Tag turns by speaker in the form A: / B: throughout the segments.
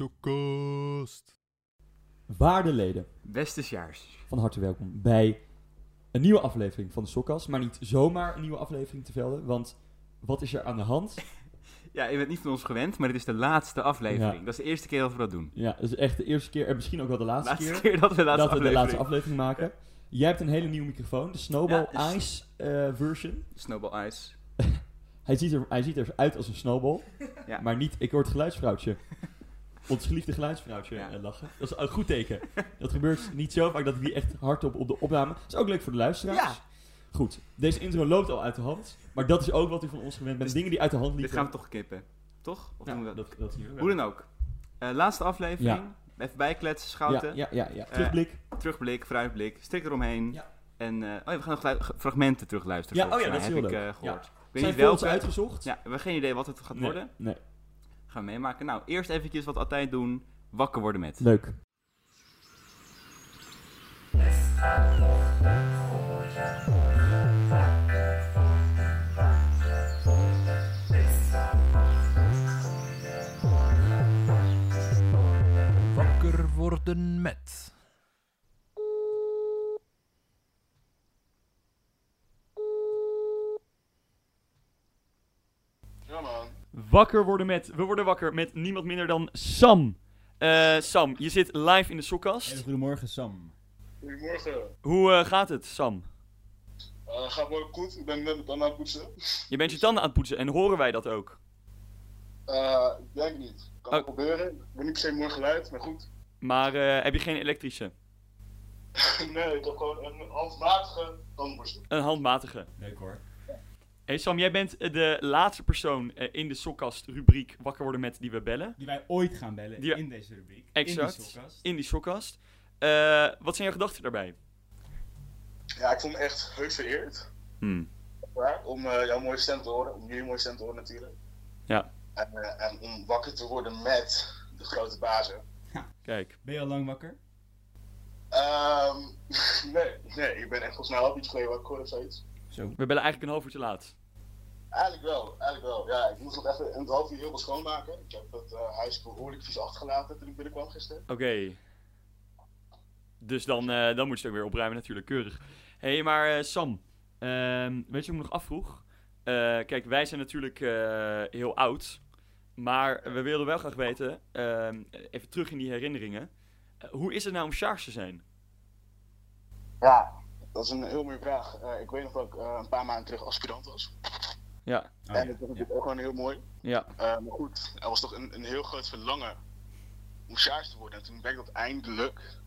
A: Wisselkast.
B: Waarde leden,
C: Bestesjaars.
B: van harte welkom bij een nieuwe aflevering van de Sokkas. Maar niet zomaar een nieuwe aflevering te velden, want wat is er aan de hand?
C: Ja, je bent niet van ons gewend, maar dit is de laatste aflevering.
B: Ja.
C: Dat is de eerste keer dat we dat doen.
B: Ja, dat is echt de eerste keer en misschien ook wel de
C: De
B: laatste,
C: laatste
B: keer,
C: keer dat we de laatste
B: dat we de
C: aflevering...
B: laatste aflevering maken. Jij hebt een hele nieuwe microfoon, de Snowball
C: Ja, dus-
B: Ice eh, version.
C: Snowball Ice.
B: Hij ziet, er, hij ziet eruit als een snowball,
C: Ja.
B: maar niet, ik hoor het geluidsvrouwtje. Ons geliefde geluidsvrouwtje
C: Ja.
B: eh, lachen. Dat is een goed teken. Dat gebeurt niet zo vaak dat ik die echt hardop op de opname... Dat is ook leuk voor de luisteraars. Goed, deze intro loopt al uit de hand. Maar dat is ook wat u van ons gewend bent.
C: Dus
B: Dingen die uit de hand
C: Dit
B: liepen.
C: gaan we toch knippen. Toch? Of
B: Ja,
C: doen we dat?
B: dat, dat hier
C: Hoe dan ook. Eh, laatste aflevering. Even bijkletsen, schouten.
B: Ja, ja, ja,
A: Eh,
B: ja. Terugblik.
C: Terugblik, vooruitblik. Strik eromheen.
B: Ja.
C: En eh, oh ja, we gaan nog gelu- ge- fragmenten
B: Ja,
C: terugluisteren.
B: oh ja,
C: volgens
B: dat
C: mij,
B: is heel
C: heb
B: leuk.
C: ik, eh, gehoord. Ik weet
B: Zijn
C: niet
B: films
C: welke.
B: uitgezocht?
C: Ja, we hebben geen idee wat het gaat
B: Nee,
C: worden.
B: Nee.
C: Gaan we meemaken. Nou, eerst eventjes wat we altijd doen. Wakker worden met.
B: Leuk.
D: Wakker worden met.
A: Wakker worden met. We worden wakker met niemand minder dan Sam. Eh, Sam, je zit live in de
E: Hele
A: sokkast.
E: goedemorgen Sam.
F: Goedemorgen.
A: Hoe eh, gaat het, Sam?
F: Eh gaat wel goed. Ik ben net mijn tanden aan het poetsen.
A: Je bent je tanden aan het poetsen en horen wij dat ook?
F: Eh, ik denk niet. Kan
A: Oh.
F: proberen. Ik ben niet per se mooi geluid, maar goed.
A: Maar eh, heb je geen elektrische?
F: nee, ik heb gewoon een handmatige tandborstel.
A: Een handmatige.
E: Leuk hoor.
A: Hey Sam, jij bent eh, de laatste persoon eh, in de sokkast rubriek Wakker worden met die we bellen.
E: Die wij ooit gaan bellen
A: Die-
E: in deze rubriek.
A: Exact.
E: In die podcast.
A: In die sokkast. Eh, wat zijn jouw gedachten daarbij?
F: Ja, ik voel me echt heus vereerd.
A: Hmm.
F: Ja, om eh, jouw mooie stem te horen. Om jullie mooie stem te horen natuurlijk.
A: Ja.
F: En, eh, en om wakker te worden met de grote bazen.
A: Kijk.
E: Ben je al lang wakker?
F: Ehm, nee, nee. Ik ben echt volgens mij al iets geleden wakker geworden of zoiets.
E: Zo.
A: We bellen eigenlijk een half uur te laat.
F: Eigenlijk wel, eigenlijk wel. Ja, ik moest nog even een half uur heel veel schoonmaken. Ik heb het eh, huis behoorlijk vies achtergelaten toen ik binnenkwam gisteren.
A: Oké. Dus dan, eh, dan moet je het ook weer opruimen, natuurlijk, keurig. Hé, hey, maar eh, Sam, ehm, weet je wat ik me nog afvroeg? Eh, kijk, wij zijn natuurlijk eh, heel oud, maar we wilden wel graag weten, ehm, even terug in die herinneringen, eh, hoe is het nou om Sjaars te zijn?
F: Ja, dat is een heel mooie vraag. Eh, ik weet nog dat ik eh, een paar maanden terug aspirant was.
A: Ja,
E: Oh,
F: en
E: ja.
F: dat was natuurlijk ook gewoon heel mooi.
A: ja.
F: Eh, maar goed, er was toch een, een heel groot verlangen om sjaars te worden. En toen ben ik dat eindelijk,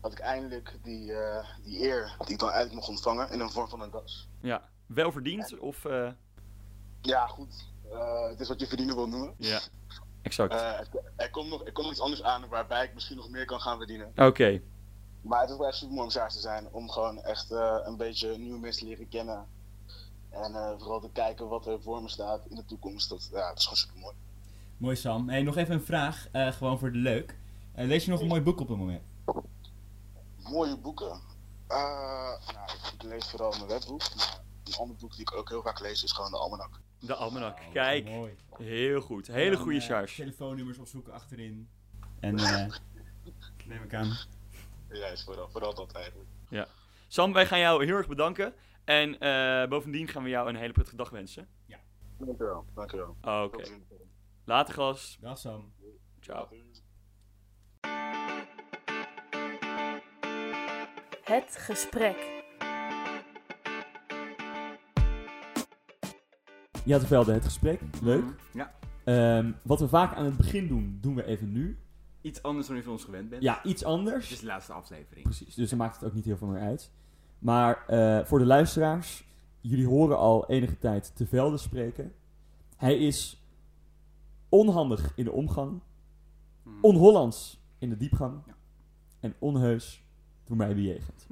F: had ik eindelijk die, eh, die eer die ik dan eigenlijk mocht ontvangen in een vorm van een das.
A: ja. Wel verdiend, of... eh,
F: Ja, goed. eh, het is wat je verdienen wil noemen.
A: ja, exact.
F: Eh, er- er, komt nog, er komt nog iets anders aan waarbij ik misschien nog meer kan gaan verdienen.
A: Oké,
F: Maar het is wel echt super mooi om sjaars te zijn. Om gewoon echt eh, een beetje nieuwe mensen te leren kennen. En eh, vooral te kijken wat er voor me staat in de toekomst. Dat, ja, dat is gewoon super mooi.
E: Mooi Sam. Hey, nog even een vraag, eh, gewoon voor de leuk. Eh, lees je nog een mooi boek op het moment?
F: Mooie boeken. Eh, nou, ik lees vooral mijn webboek. Maar een ander boek die ik ook heel vaak lees is gewoon de Almanak.
A: de almanak.
E: Oh,
A: Kijk,
E: Mooi.
A: heel goed. Hele
E: Dan,
A: goede
E: eh,
A: Sjaars.
E: telefoonnummers opzoeken achterin. En eh neem ik aan.
F: Ja, is vooral, vooral dat eigenlijk.
A: Sam, wij gaan jou heel erg bedanken. En eh, bovendien gaan we jou een hele prettige dag wensen.
F: Dankjewel. Dankjewel.
A: Oké.
F: Tot ziens.
A: Later, gast.
E: Dag Sam.
B: Oh.
A: Ciao.
G: Het gesprek.
B: Ja, te velden, het gesprek. Leuk.
C: Ja.
B: Ehm, wat we vaak aan het begin doen, doen we even nu.
C: Iets anders dan je van ons gewend bent.
B: Ja, iets
C: Dit is
B: anders.
C: de laatste aflevering.
B: Precies, dus dan maakt het ook niet heel veel meer uit. Maar eh, voor de luisteraars, jullie horen al enige tijd te velden spreken. Hij is onhandig in de omgang. On-Hollands in de diepgang.
C: Mhm. Ja.
B: En onheus toen mij bejegend.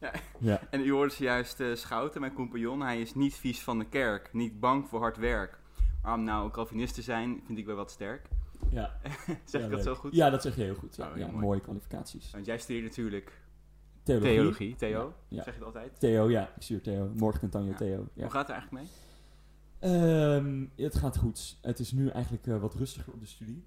C: Ja.
B: Ja.
C: En u hoorde zojuist eh Schouten, mijn compagnon. Hij is niet vies van de kerk, niet bang voor hard werk. Maar om nou een Calvinist te zijn, vind ik wel wat sterk.
B: Ja.
C: Zeg ik dat zo goed?
B: Ja, dat zeg je heel goed. Ja,
C: Oh, heel
B: Ja,
C: mooi.
B: mooie kwalificaties.
C: Want jij studeert natuurlijk
B: Theologie.
C: theologie, Theo.
B: Ja.
C: Zeg je het altijd?
B: Theo, ja. Ik stuur Theo. Morgen en Tanja
C: Ja.
B: Theo. Ja.
C: Hoe gaat het er eigenlijk mee?
B: Ehm, het gaat goed. Het is nu eigenlijk eh, wat rustiger op de studie.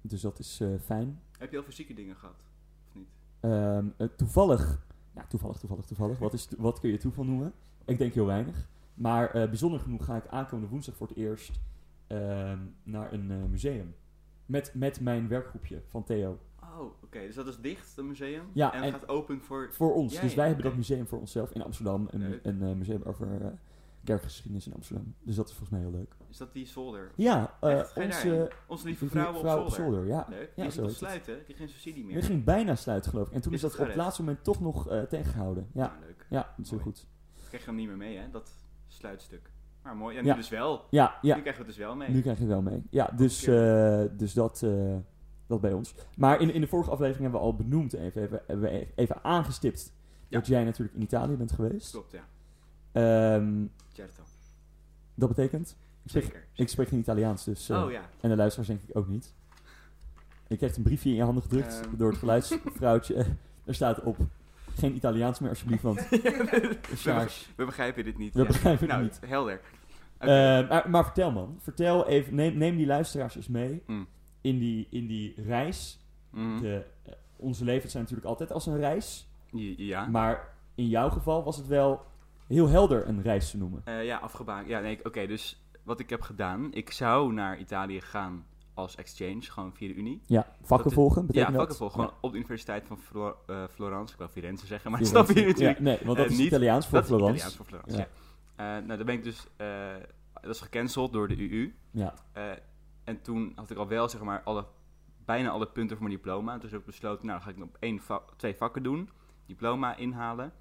B: Dus dat is eh, fijn.
C: Heb je al fysieke dingen gehad? Of niet?
B: Ehm, eh, toevallig, nou, toevallig, toevallig, toevallig. Wat, is, wat kun je toeval noemen? Ik denk heel weinig. Maar eh, bijzonder genoeg ga ik aankomende woensdag voor het eerst ehm, naar een eh, museum. Met, met mijn werkgroepje van Theo.
C: Oh, oké. Dus dat is dicht, dat museum?
B: Ja,
C: en,
B: en-
C: het gaat open voor...
B: Voor ons.
C: Ja,
B: dus
C: ja,
B: wij hebben
C: oké.
B: dat museum voor onszelf in Amsterdam. Een,
C: Leuk.
B: een eh, museum over eh, kerkgeschiedenis in Amsterdam. Dus dat is volgens mij heel leuk.
C: Is dat die zolder?
B: Ja, eh,
C: Echt? Ga je
B: onze
C: daarheen? Onze lieve vrouwen op
B: vrouw
C: zolder.
B: op zolder. Ja,
C: Leuk.
B: Ja,
C: Die is
B: zo
C: het
B: heet het.
C: sluiten, hè? die geen subsidie
B: We
C: meer.
B: ging bijna sluiten geloof ik. En toen
C: Is
B: is, dat
C: het
B: op het
C: gered?
B: laatste moment toch nog eh, tegengehouden. Ja,
C: Nou, leuk.
B: ja dat is heel
C: Mooi.
B: goed.
C: Krijg je hem niet meer mee, hè? Dat sluitstuk. Maar mooi. Ja, nu
B: Ja.
C: dus wel.
B: Ja, ja,
C: Nu krijgen we het dus wel mee.
B: Nu krijg je het wel mee. Ja, dus, eh, dus dat, eh, dat bij ons. Maar in, in de vorige aflevering hebben we al benoemd, even, hebben, hebben we even aangestipt dat jij natuurlijk in Italië bent geweest.
C: Klopt, ja.
B: Ehm,
C: Certo.
B: dat betekent? Ik spreek,
C: Zeker.
B: ik spreek geen Italiaans, dus... eh,
C: oh ja.
B: En de luisteraars denk ik ook niet. Ik kreeg een briefje in je handen gedrukt
C: Ehm.
B: door het geluidsvrouwtje. er staat op, geen Italiaans meer alsjeblieft, want Sjaars,
C: we begrijpen dit niet.
B: we
C: ja.
B: begrijpen het
C: nou,
B: niet.
C: helder. Oké.
B: Eh, maar, maar vertel man, vertel even, neem, neem die luisteraars eens mee
C: Mm.
B: in, die, in die reis
C: Mhm.
B: de, eh, onze levens zijn natuurlijk altijd als een reis.
C: Ja, Ja.
B: Maar in jouw geval was het wel heel helder een reis te noemen.
C: Eh, ja, afgebaan. Ja, nee, ik- oké, dus wat ik heb gedaan. Ik zou naar Italië gaan als exchange, gewoon via de Unie.
B: Ja, vakken
C: Dat-
B: volgen
C: Ja,
B: betekent dat?
C: vakken volgen. Gewoon op de Universiteit van Flo- eh, Florence. Ik wil Firenze zeggen, maar
B: Ja,
C: snap je
B: ja,
C: natuurlijk.
B: nee, want dat
C: Eh,
B: is
C: niet-
B: Italiaans voor
C: dat is
B: Florence.
C: Italiaans voor Florence, ja. Eh, nou, dan ben ik dus... eh, dat is gecanceld door de UU.
B: Ja.
C: Eh, en toen had ik al wel, zeg maar, alle, bijna alle punten voor mijn diploma. Dus heb ik besloten, nou, dan ga ik op één va- twee vakken doen. Diploma inhalen.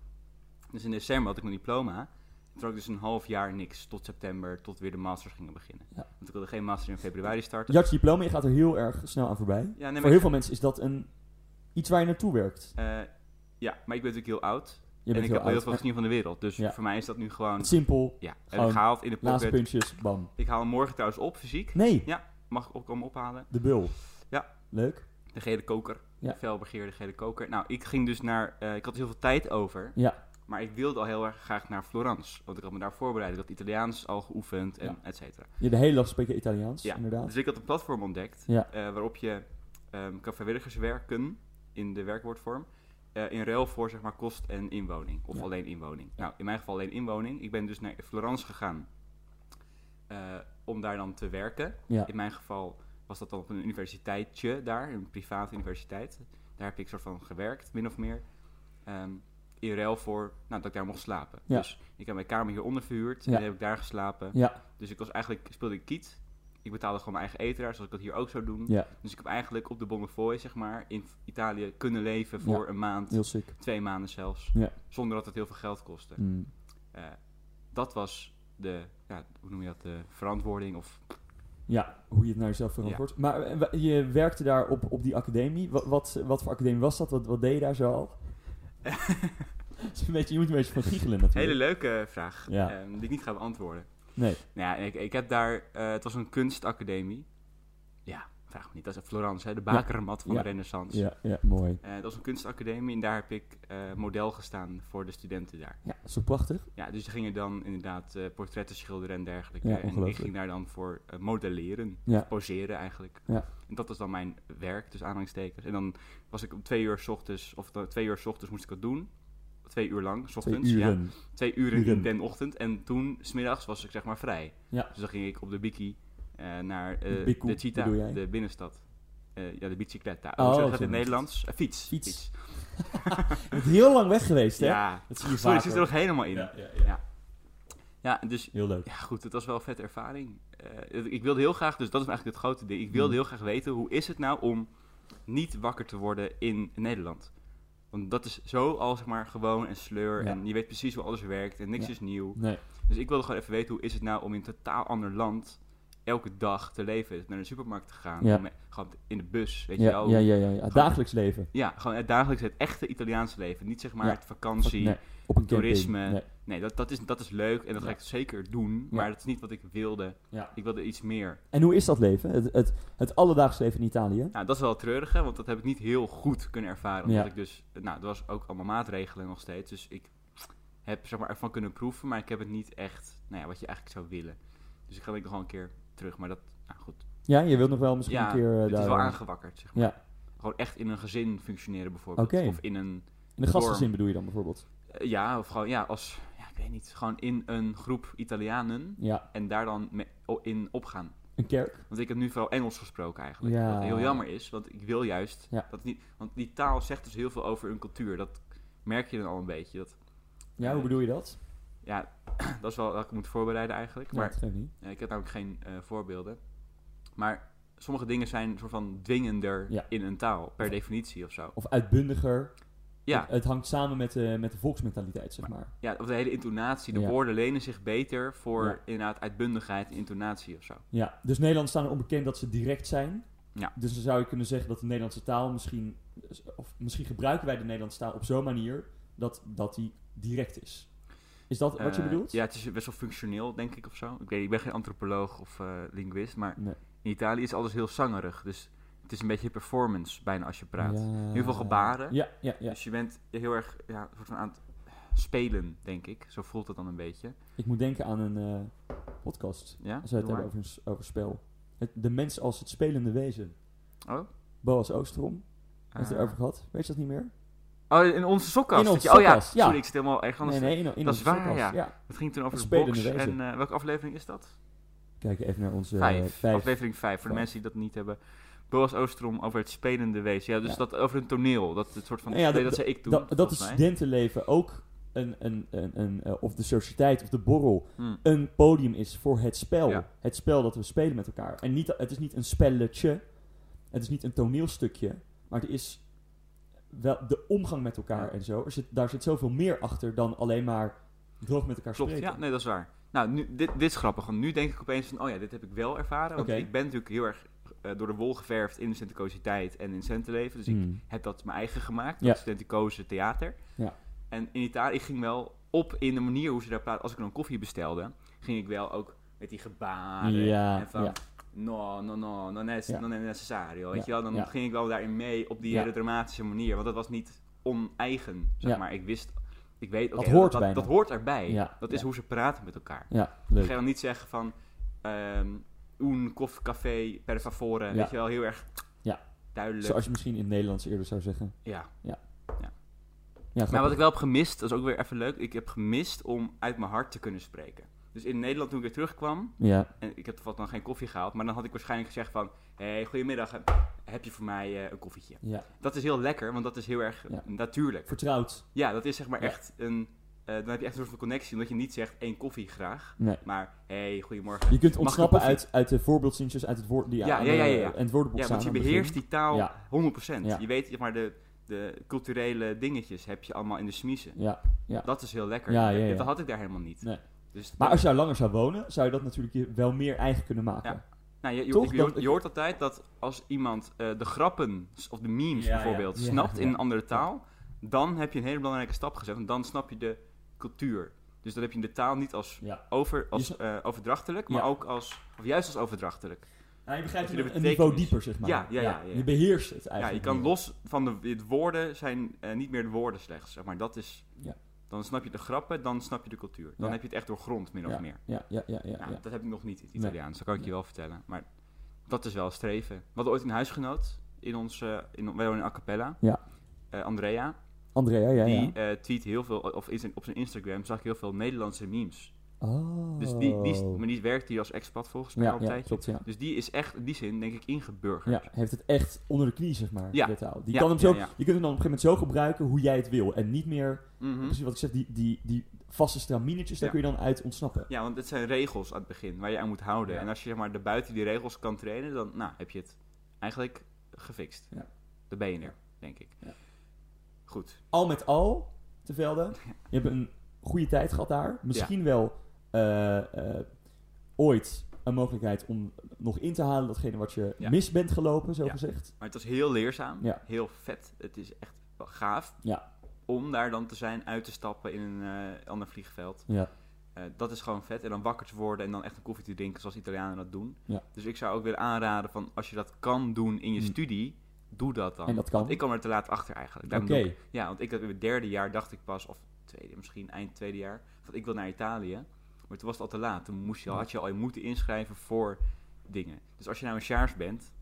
C: Dus in december had ik mijn diploma. Toen had ik dus een half jaar niks. Tot september, tot weer de masters gingen beginnen.
B: Ja.
C: Want ik wilde geen masters in februari starten.
B: Je had je diploma, je gaat er heel erg snel aan voorbij.
C: Ja, nee,
B: voor
C: maar
B: heel
C: ik-
B: veel mensen is dat een, iets waar je naartoe werkt.
C: eh, ja, maar ik ben natuurlijk heel oud.
B: Je
C: en
B: bent
C: ik
B: heel
C: heb al heel
B: oud.
C: veel gezien van de wereld. Dus
B: Ja.
C: voor mij is dat nu gewoon...
B: Simpel,
C: Ja, en
B: Gewoon
C: ik haal het in de
B: laatste
C: pocket.
B: puntjes, bam.
C: Ik haal hem morgen trouwens op, fysiek.
B: Nee,
C: Ja. Mag ik ook komen ophalen.
B: de bul.
C: Ja.
B: Leuk.
C: De gele koker.
B: Ja.
C: Felbegeerde gele koker. Nou, ik ging dus naar... eh, ik had dus heel veel tijd over.
B: Ja.
C: Maar ik wilde al heel erg graag naar Florence. Want ik had me daar voorbereid. Ik had Italiaans al geoefend en et cetera.
B: Je de hele dag spreek je Italiaans,
C: Ja.
B: inderdaad.
C: Dus ik had een platform ontdekt.
B: Ja.
C: eh, waarop je ehm, kan vrijwilligerswerken in de werkwoordvorm. eh, in ruil voor zeg maar kost en inwoning. Of
B: Ja.
C: alleen inwoning. Nou, in mijn geval alleen inwoning. Ik ben dus naar Florence gegaan. eh, om daar dan te werken.
B: Ja.
C: In mijn geval was dat dan op een universiteitje daar, een private universiteit. Daar heb ik soort van gewerkt, min of meer. Ehm, in ruil voor nou, dat ik daar mocht slapen.
B: Ja.
C: Dus ik heb mijn kamer hieronder verhuurd en
B: Ja.
C: dan heb ik daar geslapen.
B: Ja.
C: Dus ik was eigenlijk, speelde ik kiet. Ik betaalde gewoon mijn eigen eten daar, zoals ik dat hier ook zou doen.
B: Ja.
C: Dus ik heb eigenlijk op de Bonnefoy, zeg maar, in Italië kunnen leven voor een maand,
B: Heel sick.
C: twee maanden zelfs.
B: Ja.
C: Zonder dat het heel veel geld kostte.
B: Mm.
C: Eh, dat was de, ja, hoe noem je dat, de verantwoording of
B: Ja, hoe je het naar jezelf verantwoordt. Maar eh, wa- je werkte daar op, op die academie. Wat, wat, wat voor academie was dat? Wat, wat deed je daar zo al? Het is een beetje, je moet een beetje van giechelen natuurlijk.
C: Hele leuke vraag,
B: Ja.
C: ehm, die ik niet ga beantwoorden.
B: Nee.
C: Nou ja, ik, ik heb daar, eh, het was een kunstacademie. Ja, vraag me niet, dat is in Florence, hè, de bakermat van
B: Ja.
C: de renaissance.
B: Ja, ja, mooi.
C: Eh, dat was een kunstacademie en daar heb ik eh, model gestaan voor de studenten daar.
B: Ja, zo prachtig.
C: Ja, dus die gingen dan inderdaad eh, portretten schilderen en dergelijke.
B: Ja,
C: en ik
B: ongelooflijk.
C: ging daar dan voor eh, modelleren,
B: Ja.
C: Of poseren eigenlijk.
B: Ja.
C: En dat was dan mijn werk, dus aanhalingstekens. En dan was ik om twee uur 's ochtends, of dan- twee uur 's ochtends moest ik dat doen. Twee uur lang, 's
B: Twee
C: ochtends. ja
B: uren.
C: twee uren,
B: Uren.
C: in den ochtend. En toen, smiddags, was ik zeg maar vrij.
B: Ja.
C: Dus dan ging ik op de bikkie eh, naar eh,
B: De
C: de,
B: bikkoe,
C: Chita,
B: bedoel jij?
C: de binnenstad. Eh, ja, de bicicletta.
B: Oh,
C: Oh, zo gaat
B: zo.
C: het in het Nederlands. Eh, fiets.
B: Fiets. Je bent heel lang weg geweest, hè?
C: Ja.
B: Dat zie je
C: Sorry,
B: vaak.
C: ik zit er nog helemaal in. Ja,
B: ja, ja.
C: dus
B: Heel leuk.
C: ja, goed, het was wel een vette ervaring. Eh, ik wilde heel graag, dus dat is eigenlijk het grote ding. Ik wilde
B: Hmm.
C: heel graag weten, hoe is het nou om niet wakker te worden in Nederland? Want dat is zo al, zeg maar, gewoon en sleur.
B: Ja.
C: En je weet precies hoe alles werkt en niks
B: Ja.
C: is nieuw.
B: Nee.
C: Dus ik wilde gewoon even weten, hoe is het nou om in een totaal ander land elke dag te leven? Naar de supermarkt te gaan,
B: Ja.
C: om, eh, gewoon in de bus, weet je
B: Ja,
C: wel.
B: ja, ja, ja, ja. Het dagelijks leven.
C: Ja, gewoon het dagelijks, het echte Italiaanse leven. Niet zeg maar
B: Ja.
C: het vakantie.
B: Nee, op een
C: toerisme.
B: camping. Nee.
C: Nee, dat, dat, is, dat is leuk en dat ga
B: Ja.
C: ik zeker doen. Maar dat is niet wat ik wilde.
B: Ja.
C: Ik wilde iets meer.
B: En hoe is dat leven? Het, het, het alledaags leven in Italië?
C: Nou, dat is wel het treurige, want dat heb ik niet heel goed kunnen ervaren. Omdat
B: Ja.
C: ik dus, nou, er was ook allemaal maatregelen nog steeds. Dus ik heb zeg maar, ervan kunnen proeven, maar ik heb het niet echt, nou ja, wat je eigenlijk zou willen. Dus ik ga denk ik nog wel een keer terug. Maar dat, nou goed,
B: Ja, je wilt nog wel misschien
C: ja,
B: een keer eh,
C: het is wel
B: daarover.
C: aangewakkerd, zeg maar.
B: Ja.
C: Gewoon echt in een gezin functioneren bijvoorbeeld.
B: Oké.
C: Of in een,
B: In de gastgezin bedoel je dan bijvoorbeeld?
C: eh, ja, of gewoon, ja, als, ja, ik weet niet, gewoon in een groep Italianen
B: Ja,
C: en daar dan me- o- in opgaan.
B: een kerk.
C: Want ik heb nu vooral Engels gesproken eigenlijk.
B: Ja.
C: Wat heel jammer is, want ik wil juist
B: Ja.
C: dat het niet, want die taal zegt dus heel veel over hun cultuur. Dat merk je dan al een beetje. Dat,
B: Ja, hoe bedoel je dat?
C: ja, dat is wel dat ik moet voorbereiden eigenlijk.
B: Ja,
C: Maar
B: dat geeft niet.
C: Eh, Ik heb namelijk geen eh, voorbeelden. Maar sommige dingen zijn een soort van dwingender
B: Ja.
C: in een taal, per definitie of zo.
B: Of uitbundiger.
C: Ja,
B: Het, het hangt samen met de, met de volksmentaliteit, zeg maar.
C: ja, of de hele intonatie, de
B: Ja.
C: woorden lenen zich beter voor
B: Ja.
C: inderdaad uitbundigheid, en intonatie of zo.
B: Ja, dus Nederland staan er onbekend dat ze direct zijn.
C: Ja.
B: Dus dan zou je kunnen zeggen dat de Nederlandse taal misschien... Of misschien gebruiken wij de Nederlandse taal op zo'n manier dat, dat die direct is. Is dat wat je
C: Eh,
B: bedoelt?
C: Ja, het is best wel functioneel, denk ik, of zo. Ik, weet, ik ben geen antropoloog of eh, linguist, maar
B: Nee.
C: in Italië is alles heel zangerig. Dus het is een beetje performance bijna als je praat.
B: Ja.
C: Heel veel gebaren.
B: Ja, ja, ja.
C: Dus je bent heel erg ja, een soort van aan het spelen, denk ik. Zo voelt het dan een beetje.
B: Ik moet denken aan een eh, podcast.
C: Ja?
B: Als we het
C: Doe
B: hebben over, een s- over spel. Het, de mens als het spelende wezen.
C: maar. Oh?
B: Boas Oostrom heeft het
C: Ah.
B: erover gehad. Weet je dat niet meer?
C: Oh, in onze sokkast.
B: In onze
C: oh ja,
B: sokkast, ja.
C: sorry, ik zit helemaal erg anders.
B: Nee, nee, in, in
C: dat is
B: onze
C: waar,
B: podcast.
C: ja.
B: ja.
C: Het ging toen over
B: Het
C: de
B: spelende
C: box.
B: wezen.
C: En eh, welke aflevering is dat?
B: Kijk even naar onze eh,
C: Vijf.
B: vijf.
C: Aflevering 5, voor de
B: Vijf.
C: mensen die dat niet hebben. Boas Oostrom over het spelende wezen. Ja, dus
B: Ja.
C: dat over een toneel. Dat het soort van.
B: Nou ja,
C: nee,
B: dat-
C: dat zei ik toen.
B: dat, dat
C: volgens
B: het
C: mij.
B: studentenleven ook een, een, een, een, eh, of de sociëteit of de borrel
C: Hmm.
B: een podium is voor het spel.
C: Ja.
B: Het spel dat we spelen met elkaar. En niet, het is niet een spelletje, het is niet een toneelstukje, maar het is wel de omgang met elkaar
C: Ja.
B: en zo. Er zit, daar zit zoveel meer achter dan alleen maar droog met elkaar
C: Klopt,
B: spreken.
C: ja, nee, dat is waar. Nou, nu, dit, dit is grappig. Want nu denk ik opeens van, oh ja, dit heb ik wel ervaren. Want
B: Oké.
C: ik ben natuurlijk heel erg eh, door de wol geverfd in de centricositeit en in centenleven. Dus ik
B: Hmm.
C: heb dat mijn eigen gemaakt.
B: Ja.
C: Dat studenticoze theater.
B: Ja.
C: En in Italië ik ging wel op in de manier hoe ze daar praten. Als ik dan een koffie bestelde, ging ik wel ook met die gebaren.
B: Ja,
C: en van,
B: ja.
C: no, no, no, non è,
B: Ja.
C: non è necessario. Weet
B: Ja,
C: je wel? Dan
B: ja.
C: ging ik wel daarin mee op die
B: Ja.
C: hele dramatische manier. Want dat was niet oneigen, zeg
B: Ja.
C: maar. Ik wist, ik weet, oké,
B: Dat hoort
C: dat,
B: bijna.
C: dat hoort erbij.
B: Ja,
C: Dat is
B: ja.
C: hoe ze praten met elkaar.
B: Ja,
C: Ik ga
B: leuk.
C: dan niet zeggen van ehm un koff- café per favore. Weet je wel, heel erg
B: Ja.
C: duidelijk.
B: Zoals je misschien in het Nederlands eerder zou zeggen.
C: Ja.
B: Ja,
C: Maar
B: grappig.
C: wat ik wel heb gemist, dat is ook weer even leuk. Ik heb gemist om uit mijn hart te kunnen spreken. Dus in Nederland toen ik weer terugkwam,
B: ja.
C: en ik heb toevallig dan geen koffie gehaald, maar dan had ik waarschijnlijk gezegd van, hey, goedemiddag, eh, heb je voor mij eh, een koffietje?
B: ja,
C: Dat is heel lekker, want dat is heel erg
B: Ja.
C: natuurlijk.
B: vertrouwd.
C: Ja, dat is zeg maar
B: Ja.
C: echt een, eh, dan heb je echt een soort van connectie, omdat je niet zegt één koffie graag,
B: Nee.
C: maar hey, goedemorgen.
B: Je kunt
C: een
B: ontsnappen
C: koffie?
B: uit, uit de voorbeeldzinnetjes uit het woord die
C: Ja,
B: aan
C: ja, ja,
B: de-
C: ja, ja.
B: en het woordenboek
C: Ja,
B: staan
C: want je
B: aan het
C: beheerst
B: begin.
C: die taal
B: Ja.
C: 100%.
B: Ja.
C: Je weet, zeg maar, de, de culturele dingetjes heb je allemaal in de smiezen.
B: Ja.
C: Dat is heel lekker.
B: Ja, ja, ja.
C: Dat had ik daar helemaal niet.
B: Nee.
C: Dus
B: Maar als je daar langer zou wonen, zou je dat natuurlijk je wel meer eigen kunnen maken.
C: Ja. nou, je, je,
B: toch,
C: je-
B: dan-
C: je hoort altijd dat als iemand eh, de grappen s- of de memes
E: Ja, ja.
C: bijvoorbeeld
B: Ja,
C: snapt in
B: ja.
C: een andere taal, dan heb je een hele belangrijke stap gezet. Want dan snap je de cultuur. Dus dan heb je de taal niet als,
B: Ja.
C: over, als
B: sna-
C: eh, overdrachtelijk, maar
B: Ja.
C: ook als, of juist als overdrachtelijk.
B: Nou, je begrijpt
C: Dat
B: het
C: je
B: een
C: de
B: een niveau
C: betekenis-
B: dieper, zeg maar.
C: Ja, ja, ja, ja.
B: Je beheerst het
C: Ja, je
B: eigenlijk.
C: kan
B: meer.
C: los van de, het woorden zijn eh, niet meer de woorden slechts. Zeg maar dat is.
B: Ja.
C: Dan snap je de grappen, dan snap je de cultuur. Dan
B: Ja.
C: heb je het echt doorgrond, min of
B: ja,
C: meer.
B: Ja, ja, ja, ja,
C: Nou,
B: ja.
C: Dat heb ik nog niet in het Italiaans, dat kan ik je wel vertellen. Maar dat is wel streven. We hadden ooit een huisgenoot in ons. eh, in, wij wonen in a cappella.
B: Ja.
C: Eh, Andrea.
B: Andrea, ja, ja.
C: Die eh, tweet heel veel. Of in zijn, op zijn Instagram zag ik heel veel Nederlandse memes.
B: oh.
C: Dus die, die, maar die werkt hier als expat volgens mij
B: ja,
C: al een
B: ja,
C: tijdje.
B: klopt, ja.
C: Dus die is echt in die zin, denk ik, ingeburgerd.
B: Ja, heeft het echt onder de knie, zeg maar,
C: Ja.
B: de taal. Die
C: Ja,
B: kan hem zo,
C: ja, ja.
B: Je kunt hem dan op een gegeven moment zo gebruiken hoe jij het wil. En niet meer,
C: Mhm.
B: precies wat ik zeg, die, die, die vaste straminetjes, daar
C: Ja.
B: kun je dan uit ontsnappen.
C: Ja, want het zijn regels aan het begin waar je aan moet houden.
B: Ja.
C: En als je zeg maar de buiten die regels kan trainen, dan nou, heb je het eigenlijk gefixt.
B: Ja.
C: Dan ben je er, denk ik.
B: Ja.
C: Goed.
B: al met al, te velden. Je hebt een goede tijd gehad daar. Misschien wel eh, eh, ooit een mogelijkheid om nog in te halen datgene wat je
C: Ja.
B: mis bent gelopen, zo
C: Ja.
B: gezegd.
C: Maar het was heel leerzaam,
B: Ja.
C: heel vet. Het is echt wel gaaf
B: Ja.
C: om daar dan te zijn, uit te stappen in een eh, ander vliegveld.
B: Ja.
C: Eh, dat is gewoon vet. En dan wakker te worden en dan echt een koffie te drinken zoals Italianen dat doen.
B: Ja.
C: Dus ik zou ook willen aanraden van als je dat kan doen in je
B: Mm.
C: studie, doe dat dan.
B: En dat kan.
C: Ah, Ik kwam er te laat achter eigenlijk.
B: Oké,
C: Daarom doe ik Ja, want ik had in het derde jaar dacht ik pas, of tweede, misschien eind tweede jaar, van ik wil naar Italië. Maar toen was het al te laat. Toen moest je al, had je al je moeten inschrijven voor dingen. Dus als je nou een sjaars bent,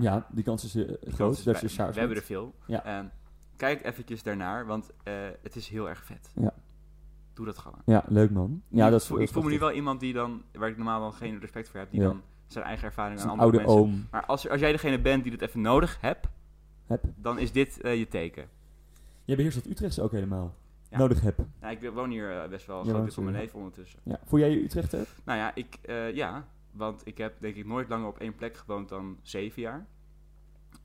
B: Ja, die kans is eh,
C: die kans
B: groot.
C: is
B: Dat
C: bij-
B: je sjaars
C: we hebben er
B: bent.
C: veel.
B: Ja.
C: Ehm, kijk eventjes daarnaar, want eh, het is heel erg vet.
B: Ja.
C: Doe dat gewoon.
B: Ja, leuk man. Ja,
C: ik
B: dat is
C: voel,
B: dat
C: ik
B: is
C: voel me nu
B: prachtig.
C: wel iemand die dan, waar ik normaal dan geen respect voor heb, die
B: Ja.
C: dan zijn eigen ervaring aan
B: Zo'n
C: andere
B: oude
C: mensen.
B: oom.
C: Maar als, als jij degene bent die dat even nodig hebt,
B: Heb.
C: dan is dit eh, je teken.
B: Jij beheerst dat Utrechtse ook helemaal.
C: Ja.
B: Nodig heb.
C: Nou, ik woon hier eh, best wel een
B: Ja,
C: groot
B: maar
C: deel van mijn
B: sorry.
C: leven ondertussen.
B: Ja. Voel jij je Utrechter?
C: Nou ja, ik, eh, ja, want ik heb denk ik nooit langer op één plek gewoond dan zeven jaar.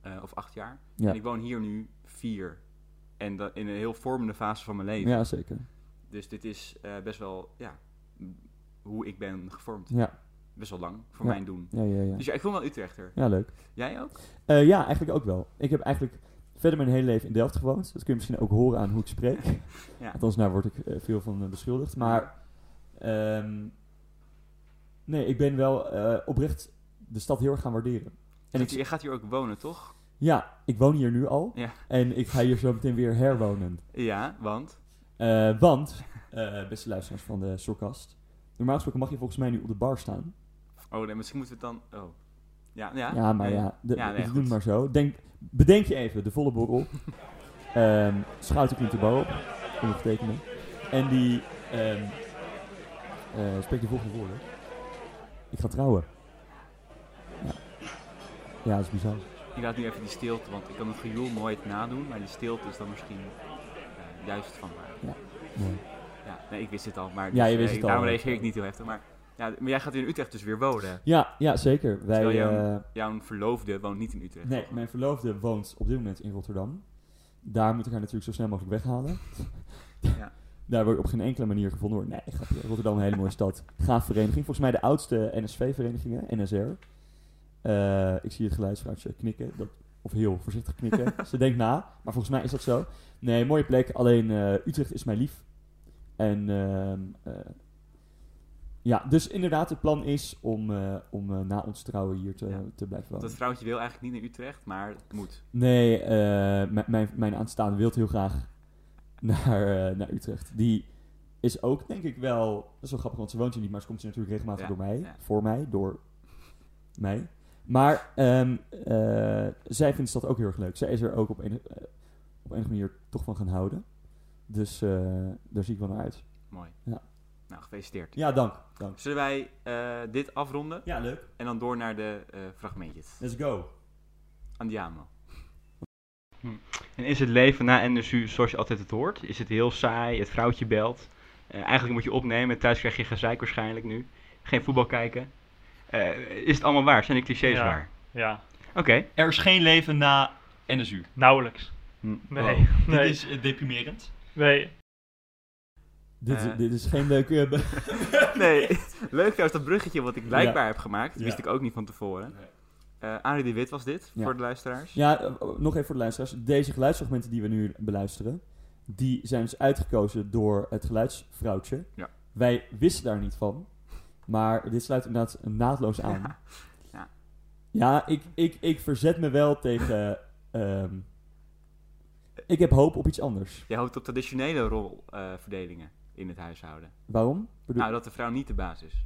C: Eh, of acht jaar.
B: Ja.
C: En ik woon hier nu vier. En dat in een heel vormende fase van mijn leven.
B: Ja, zeker.
C: Dus dit is eh, best wel, ja, m- hoe ik ben gevormd.
B: Ja,
C: Best wel lang, voor
B: Ja.
C: mijn doen.
B: ja, ja. Ja,
C: Dus ja, ik voel me wel Utrechter.
B: ja leuk.
C: Jij ook?
B: Eh, ja, eigenlijk ook wel. Ik heb eigenlijk verder mijn hele leven in Delft gewoond. Dat kun je misschien ook horen aan hoe ik spreek.
C: Ja.
B: Althans, daar word ik eh, veel van eh, beschuldigd. Maar ehm, nee, ik ben wel eh, oprecht de stad heel erg gaan waarderen.
C: En
B: En
C: ik,
B: ik,
C: je gaat hier ook wonen, toch?
B: ja, ik woon hier nu al.
C: Ja.
B: En ik ga hier zo meteen weer herwonen.
C: Ja, want?
B: Eh, want, eh, beste luisteraars van de Sorkast. Normaal gesproken mag je volgens mij nu op de bar staan.
C: Oh, nee, misschien moeten we het dan... Oh. Ja, ja.
B: Ja, maar
C: Nee.
B: ja, de,
C: Ja, nee,
B: we doen
C: goed.
B: het maar zo. Denk, bedenk je even de volle borrel. Ehm Schouten klimt de bar op, ondergetekende. En die ehm eh, spreekt de volgende woorden. Ik ga trouwen. Ja, ja dat is bizar.
C: Ik laat nu even die stilte, want ik kan het gejoel nooit nadoen, maar die stilte is dan misschien eh, juist van waar.
B: Mooi.
C: Ja, nee, ik wist het al, maar
B: Ja, je
C: eh,
B: wist het al.
C: daarom reageer ik niet heel heftig. Maar, ja, maar jij gaat in Utrecht dus weer wonen.
B: Ja, ja, zeker. Wij,
C: Terwijl jou-
B: eh,
C: Jouw verloofde woont niet in Utrecht.
B: Nee,
C: toch?
B: mijn verloofde woont op dit moment in Rotterdam. Daar moet ik haar natuurlijk zo snel mogelijk weghalen.
C: Ja.
B: Daar word ik op geen enkele manier gevonden. Hoor. Nee, grapje. Rotterdam, een hele mooie stad. Gaaf vereniging. Volgens mij de oudste NSV-verenigingen, NSR. Eh, ik zie het geluidsvrouwtje knikken. Dat, of heel voorzichtig knikken. Ze denkt na, maar volgens mij is dat zo. Nee, mooie plek. Alleen eh, Utrecht is mij lief. En ehm, eh, ja, dus inderdaad, het plan is om, eh, om eh, na ons trouwen hier te,
C: Ja.
B: te blijven
C: Want
B: wonen.
C: dat vrouwtje wil eigenlijk niet naar Utrecht, maar het moet.
B: Nee, eh, m- mijn, mijn aanstaande wil heel graag naar, eh, naar Utrecht. Die is ook, denk ik wel... Dat is wel grappig, want ze woont hier niet, maar ze komt hier natuurlijk regelmatig
C: Ja,
B: door mij.
C: ja.
B: Voor mij, door mij. Maar ehm, eh, zij vindt de stad ook heel erg leuk. Zij is er ook op, een, eh, op enige manier toch van gaan houden. Dus eh, daar zie ik wel naar uit.
C: Mooi.
B: Ja.
C: Nou, gefeliciteerd.
B: Ja, dank. dank.
C: Zullen wij eh, dit afronden
B: Ja, leuk.
C: en dan door naar de eh, fragmentjes?
B: Let's go.
C: Andiamo. Hm. En is het leven na NSU zoals je altijd het hoort? Is het heel saai, het vrouwtje belt? Eh, eigenlijk moet je opnemen, thuis krijg je gezeik waarschijnlijk nu. Geen voetbal kijken. Eh, is het allemaal waar? Zijn de clichés
H: Ja.
C: waar?
H: Ja,
C: Oké.
A: Er is geen leven na NSU.
H: nauwelijks.
C: Hm.
H: Nee,
A: Wow.
H: nee,
A: Dit is eh, deprimerend.
H: nee.
B: Dit, is-
C: Eh.
B: dit is geen leuke... be-
C: Nee, leuk trouwens dat bruggetje wat ik blijkbaar heb gemaakt. Dat
B: Ja.
C: wist ik ook niet van tevoren. Eh Arie de Wit was dit,
B: Ja.
C: voor de luisteraars.
B: Ja, eh, nog even voor de luisteraars. Deze geluidsfragmenten die we nu beluisteren, die zijn dus uitgekozen door het geluidsvrouwtje.
C: Ja.
B: Wij wisten daar niet van, maar dit sluit inderdaad naadloos aan.
C: Ja. Ja.
B: Ja, ik, ik, ik verzet me wel tegen... ehm, ik heb hoop op iets anders.
C: Jij hoopt op traditionele rolverdelingen in het huishouden.
B: Waarom? Bedoel-
C: Nou, dat de vrouw niet de baas is.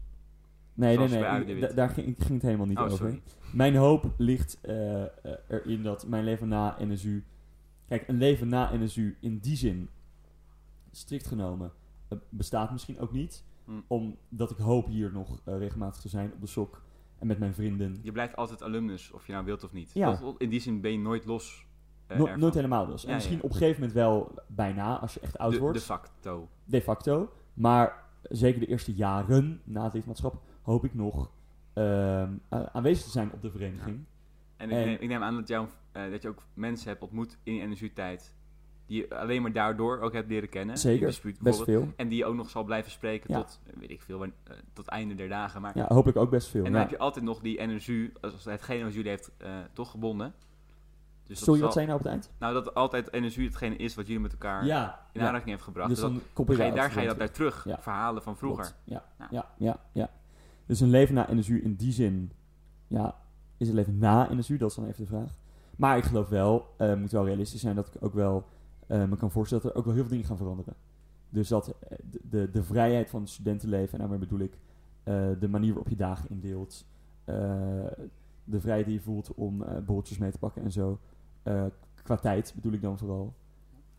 B: nee, nee,
C: zoals bij
B: nee,
C: Arie de
B: ik-
C: Wit.
B: da- daar ging, ging het helemaal niet
C: oh,
B: over.
C: sorry.
B: Mijn hoop ligt eh, eh, erin dat mijn leven na NSU. Kijk, een leven na NSU in die zin, strikt genomen, eh, bestaat misschien ook niet.
C: Hm.
B: Omdat ik hoop hier nog eh, regelmatig te zijn op de sok en met mijn vrienden.
C: Je blijft altijd alumnus, of je nou wilt of niet.
B: Ja.
C: Dat- in die zin ben je nooit los. eh,
B: No-
C: ervan.
B: nooit helemaal dus.
C: Ja,
B: en misschien
C: ja.
B: op een gegeven moment wel bijna, als je echt oud
C: de,
B: wordt.
C: De facto.
B: de facto. Maar zeker de eerste jaren na het lidmaatschap hoop ik nog ehm, a- aanwezig te zijn op de vereniging.
C: En ik,
B: En-
C: Neem, ik neem aan dat, jou, eh, dat je ook mensen hebt ontmoet in NSU-tijd. Die je alleen maar daardoor ook hebt leren kennen. In
B: Zeker,
C: dispuut
B: Best
C: bijvoorbeeld.
B: veel.
C: En die je ook nog zal blijven spreken
B: Ja.
C: tot, eh, weet ik veel, wan- eh, tot einde der dagen. Maar
B: Ja, hopelijk ook best veel.
C: En dan
B: ja.
C: heb je altijd nog die NSU, als hetgene wat jullie heeft eh, toch gebonden. Dus dat
B: Sorry,
C: zal-
B: wat zei je nou op het eind?
C: Nou, dat altijd NSU hetgene is wat jullie met elkaar
B: Ja,
C: in
B: ja.
C: aanraking heeft gebracht.
B: Dus
C: Dus
B: dan
C: dat,
B: koppel
C: ga je,
B: dat
C: daar ga je
B: weer
C: dat naar terug,
B: Ja.
C: verhalen van vroeger.
B: Klopt, Ja,
C: Ja.
B: ja. ja, ja, Dus een leven na NSU in die zin, ja, is een leven na NSU? Dat is dan even de vraag. Maar ik geloof wel, eh moet wel realistisch zijn, dat ik ook wel eh, me kan voorstellen dat er ook wel heel veel dingen gaan veranderen. Dus dat eh, de, de, de vrijheid van het studentenleven, en daarmee bedoel ik eh, de manier waarop je dagen indeelt, eh, de vrijheid die je voelt om eh borreltjes mee te pakken en zo. eh, qua tijd bedoel ik dan vooral.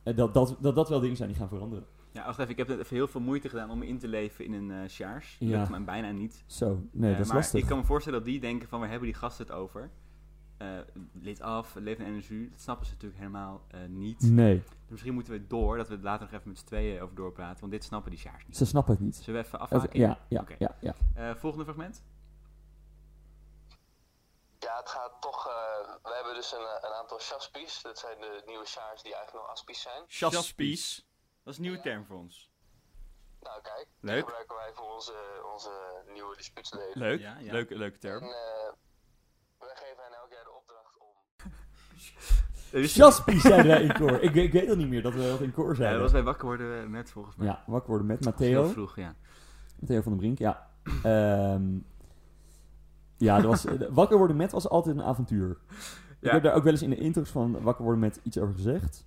B: Eh, dat, dat, dat dat wel dingen zijn die gaan veranderen.
C: Ja, wacht even, ik heb net even heel veel moeite gedaan om me in te leven in een eh sjaars. Dat
B: Ja.
C: lukt me bijna niet.
B: Zo, nee,
C: Eh,
B: dat is
C: maar
B: lastig.
C: ik kan me voorstellen dat die denken van, waar hebben die gasten het over? Eh, lid af, leven en energie, dat snappen ze natuurlijk helemaal eh, niet.
B: Nee,
C: Dus misschien moeten we door, dat we het later nog even met z'n tweeën over doorpraten, want dit snappen die sjaars niet.
B: ze snappen het niet.
C: Zullen we even
B: Het-
C: afmaken?
B: ja, ja,
C: Oké.
B: ja, ja.
C: Eh, volgende fragment.
H: Ja, het gaat toch. eh, we hebben dus een, eh, een aantal chaspies. Dat zijn de nieuwe sjaars die eigenlijk nog aspies zijn.
D: Chaspies.
C: Dat is een nieuwe term voor ons.
H: Nou, kijk. Die
D: Leuk.
H: gebruiken wij voor onze, onze nieuwe dispuutsleden.
D: Leuk.
C: Ja, ja.
D: Leuke, leuke
H: En
D: term.
H: eh, wij geven hen elk jaar de opdracht om.
B: Jaspie zeiden wij in koor. Ik, weet- ik weet al niet meer dat we dat in koor
C: Ja,
B: zeiden.
C: dat was bij wakker worden eh, net volgens mij.
B: Ja, wakker worden met
C: Heel
B: Matteo.
C: vroeg, ja.
B: Theo van den Brink, ja. Ehm, ja, dat was, eh, wakker worden met was altijd een avontuur. Ik
C: Ja.
B: heb daar ook wel eens in de intro's van wakker worden met iets over gezegd.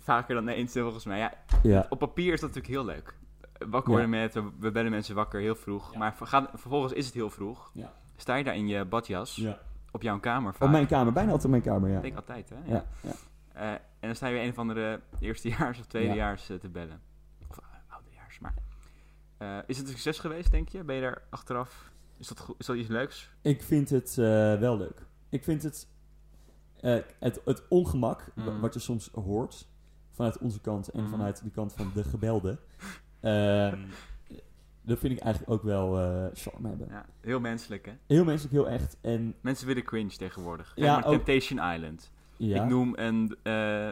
C: Vaker dan eens volgens mij. Ja,
B: Ja,
C: op papier is dat natuurlijk heel leuk. Eh, Wakker
B: Ja.
C: worden met, we- we bellen mensen wakker heel vroeg.
B: Ja.
C: Maar ver- gaan- vervolgens is het heel vroeg.
B: Ja.
C: Sta je daar in je badjas,
B: ja.
C: op jouw kamer vaak.
B: op mijn kamer, bijna altijd op mijn kamer, ja.
C: Ik denk altijd, hè? Ja.
B: Ja, ja.
C: Eh, en dan sta je weer een of andere eerstejaars of tweedejaars eh, te bellen. Of eh, oudejaars, maar... Eh, is het een succes geweest, denk je? Ben je daar achteraf... Is dat, go- is dat iets leuks?
B: Ik vind het eh, wel leuk. Ik vind het, eh, het, het ongemak wa-
C: Mm.
B: wat je soms hoort vanuit onze kant en
C: Mm.
B: vanuit de kant van de gebelden. ehm, dat vind ik eigenlijk ook wel eh charme hebben.
C: Ja, heel menselijk, hè?
B: Heel menselijk, heel echt. En
C: Mensen willen cringe tegenwoordig. Kijk
B: Ja,
C: maar
B: ook-
C: Temptation Island.
B: ja,
C: Ik noem een... eh,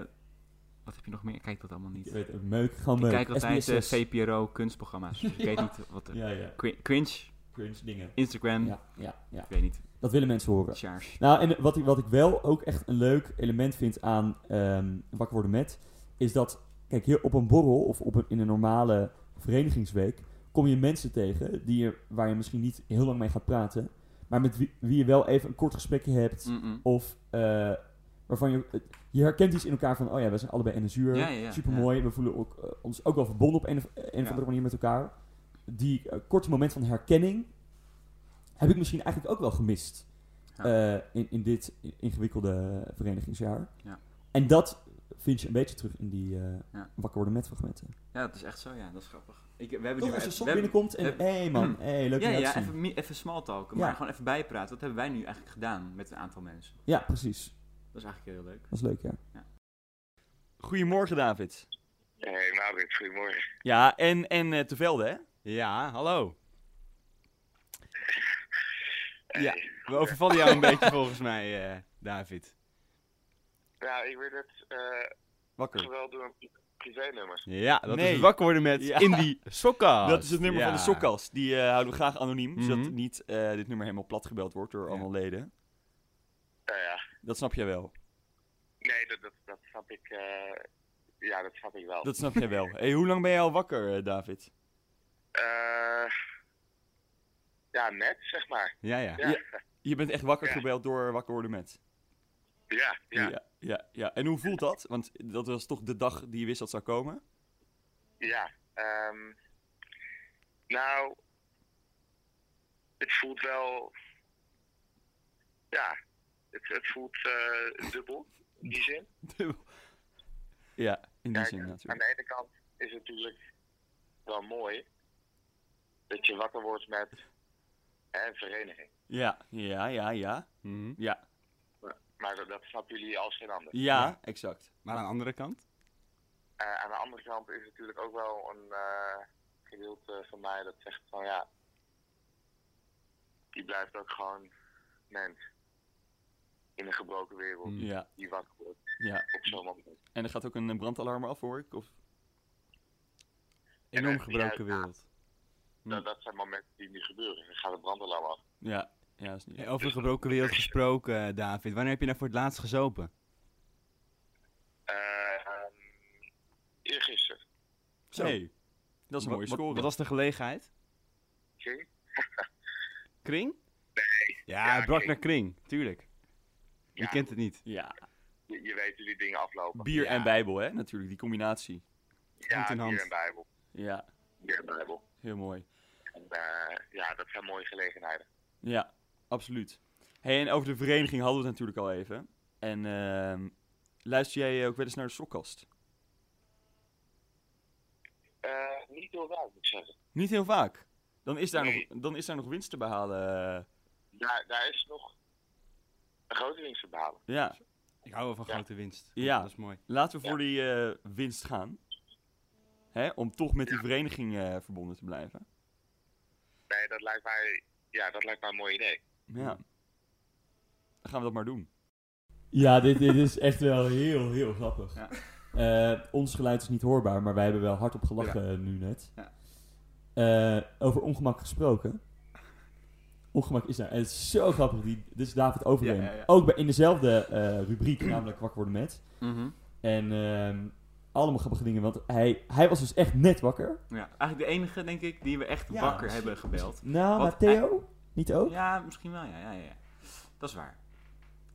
C: wat heb je nog meer? Ik kijk dat allemaal niet.
B: ik weet het, meuk, gaan
C: Ik
B: meuk.
C: kijk altijd eh,
B: SBS's.
C: VPRO kunstprogramma's. Dus ik weet niet wat... er-
B: Ja, ja.
C: Cri- cringe,
B: Cringe dingen.
C: Instagram,
B: Ja, ja, ja.
C: ik weet niet.
B: Dat willen mensen horen.
C: Sjaars.
B: Nou, en wat ik, wat ik wel ook echt een leuk element vind aan ehm, Wakker Worden Met... is dat, kijk, hier op een borrel of op een, in een normale verenigingsweek... kom je mensen tegen die je, waar je misschien niet heel lang mee gaat praten... maar met wie, wie je wel even een kort gesprekje hebt...
C: Mm-mm.
B: of eh, waarvan je... je herkent iets in elkaar van, oh ja, we zijn allebei enerzuur,
C: Ja, ja, ja.
B: supermooi... we voelen ook, eh, ons ook wel verbonden op een of, eh, een of
C: Ja.
B: andere manier met elkaar. Die eh, korte moment van herkenning... heb ik misschien eigenlijk ook wel gemist... Eh, in, in dit ingewikkelde verenigingsjaar.
C: Ja.
B: En dat vind je een beetje terug in die eh,
C: Ja.
B: wakker worden met fragmenten.
C: Ja, dat is echt zo, ja. Dat is grappig. Ik, we hebben nu
B: Toch
C: weer
B: als je
C: even-
B: soms
C: we hebben-
B: binnenkomt en...
C: we
B: Hé
C: hebben-
B: man, hey, leuk
C: ja,
B: om jou
C: ja,
B: te zien.
C: even, mi- even smalltalken,
B: Ja.
C: maar gewoon even bijpraten. Wat hebben wij nu eigenlijk gedaan met een aantal mensen?
B: Ja, precies.
C: Dat is eigenlijk heel leuk.
B: Dat is leuk, ja.
D: Goedemorgen, David.
I: Hey Maurits, goedemorgen.
D: Ja, en, en eh te velde, hè?
C: Ja, hallo.
D: Ja,
C: we overvallen jou een beetje volgens mij, eh, David.
I: Nou, ik werd net eh
D: Wakker.
I: geweld door een pri- privénummer.
C: Ja,
D: dat is
C: Ah, wakker worden met
D: Ja.
C: Indie Sokka.
D: Dat is het nummer van de sokkast. Die eh, houden we graag anoniem, zodat
C: Mhm.
D: niet eh, dit nummer helemaal plat gebeld wordt door
C: Ja.
D: allemaal leden.
I: Nou ja,
D: Dat snap jij wel.
I: nee, dat, dat, dat snap ik. eh, ja, dat snap ik wel.
D: Dat snap jij wel. Hey, hoe lang ben jij al wakker, eh, David?
I: Eh, ja, net, zeg maar.
C: Ja, ja.
I: Ja, ja,
D: Je bent echt wakker
I: Ja.
D: gebeld door Wakker Worden Met.
I: ja. ja.
D: ja, ja, ja. En hoe voelt dat? Want dat was toch de dag die je wist dat zou komen?
I: Ja, ehm, nou, het voelt wel, ja, het, het voelt eh, dubbel in die zin.
D: ja, in die
I: Kijk,
D: zin eh.
I: aan
D: natuurlijk.
I: de ene kant is het natuurlijk wel mooi dat je wakker wordt met hè, een vereniging.
D: Ja, ja, ja, ja.
C: Mhm.
D: Ja,
I: Maar dat, dat snappen jullie als geen ander.
D: ja, exact.
C: Maar aan de andere kant?
I: Eh, aan de andere kant is natuurlijk ook wel een eh, gedeelte van mij dat zegt van ja, die blijft ook gewoon mens in een gebroken wereld
C: Hmm.
D: Ja,
I: die wakker wordt
D: ja.
I: op zo'n moment.
D: En er gaat ook een eh, brandalarm af, hoor ik. Of...
I: Enorm
C: gebroken wereld.
I: Nou, dat zijn momenten die nu gebeuren. Dan gaat het brandalarm af.
D: Ja, ja, dat is niet...
C: Over een gebroken wereld gesproken, David. Wanneer heb je nou voor het laatst gezopen?
I: Eh, ehm, Eergisteren.
D: Zo. Dat is een mooie score.
C: was de gelegenheid?
I: Zie?
C: Kring? Nee. Ja,
I: Ja,
C: het brak
I: Kring.
C: naar Kring, tuurlijk. Je
I: Ja.
C: kent het niet.
D: Ja,
I: Je, je weet hoe die dingen aflopen.
D: bier
C: Ja.
D: en bijbel, hè? Natuurlijk, die combinatie.
I: ja,
C: hand in hand.
I: bier en bijbel.
D: Ja,
I: Bier en bijbel.
D: heel mooi.
I: En, eh, ja, dat zijn mooie gelegenheden.
D: Ja,
A: absoluut. Hey, en over de vereniging hadden we het natuurlijk al even. En ehm, luister jij ook wel eens naar de sokkast?
H: Eh, niet heel raar, moet ik zeggen.
A: Niet heel vaak. Dan is daar,
H: Nee.
A: nog, dan is daar nog winst te behalen. eh.
H: Daar, daar is nog een grote winst te behalen.
A: ja,
C: Ik hou wel van
H: Ja.
C: grote winst.
A: Ja.
C: Dat is mooi.
A: laten we
H: Ja.
A: voor die eh, winst gaan. Hè? Om toch met die vereniging eh, verbonden te blijven.
H: Nee, dat lijkt mij, ja, dat lijkt mij een mooi idee.
A: Ja. Dan gaan we dat maar doen.
B: Ja, dit, dit is echt wel heel, heel grappig.
C: Ja.
B: Eh, ons geluid is niet hoorbaar, maar wij hebben wel hardop gelachen nu net.
C: Ja.
B: Eh, over ongemak gesproken. Ongemak is daar. En het is zo grappig. Die, dit is David Overeen.
C: Ja, ja, ja.
B: Ook bij, in dezelfde eh, rubriek, namelijk Wakker worden met.
C: Mhm.
B: En ehm, allemaal grappige dingen, want hij, hij was dus echt net wakker.
C: Ja, eigenlijk de enige, denk ik, die we echt
B: Ja,
C: wakker
B: misschien-
C: hebben gebeld.
B: Nou,
C: Wat
B: maar Theo? Niet ook?
C: Ja, misschien wel, ja, ja, ja, ja. Dat is waar.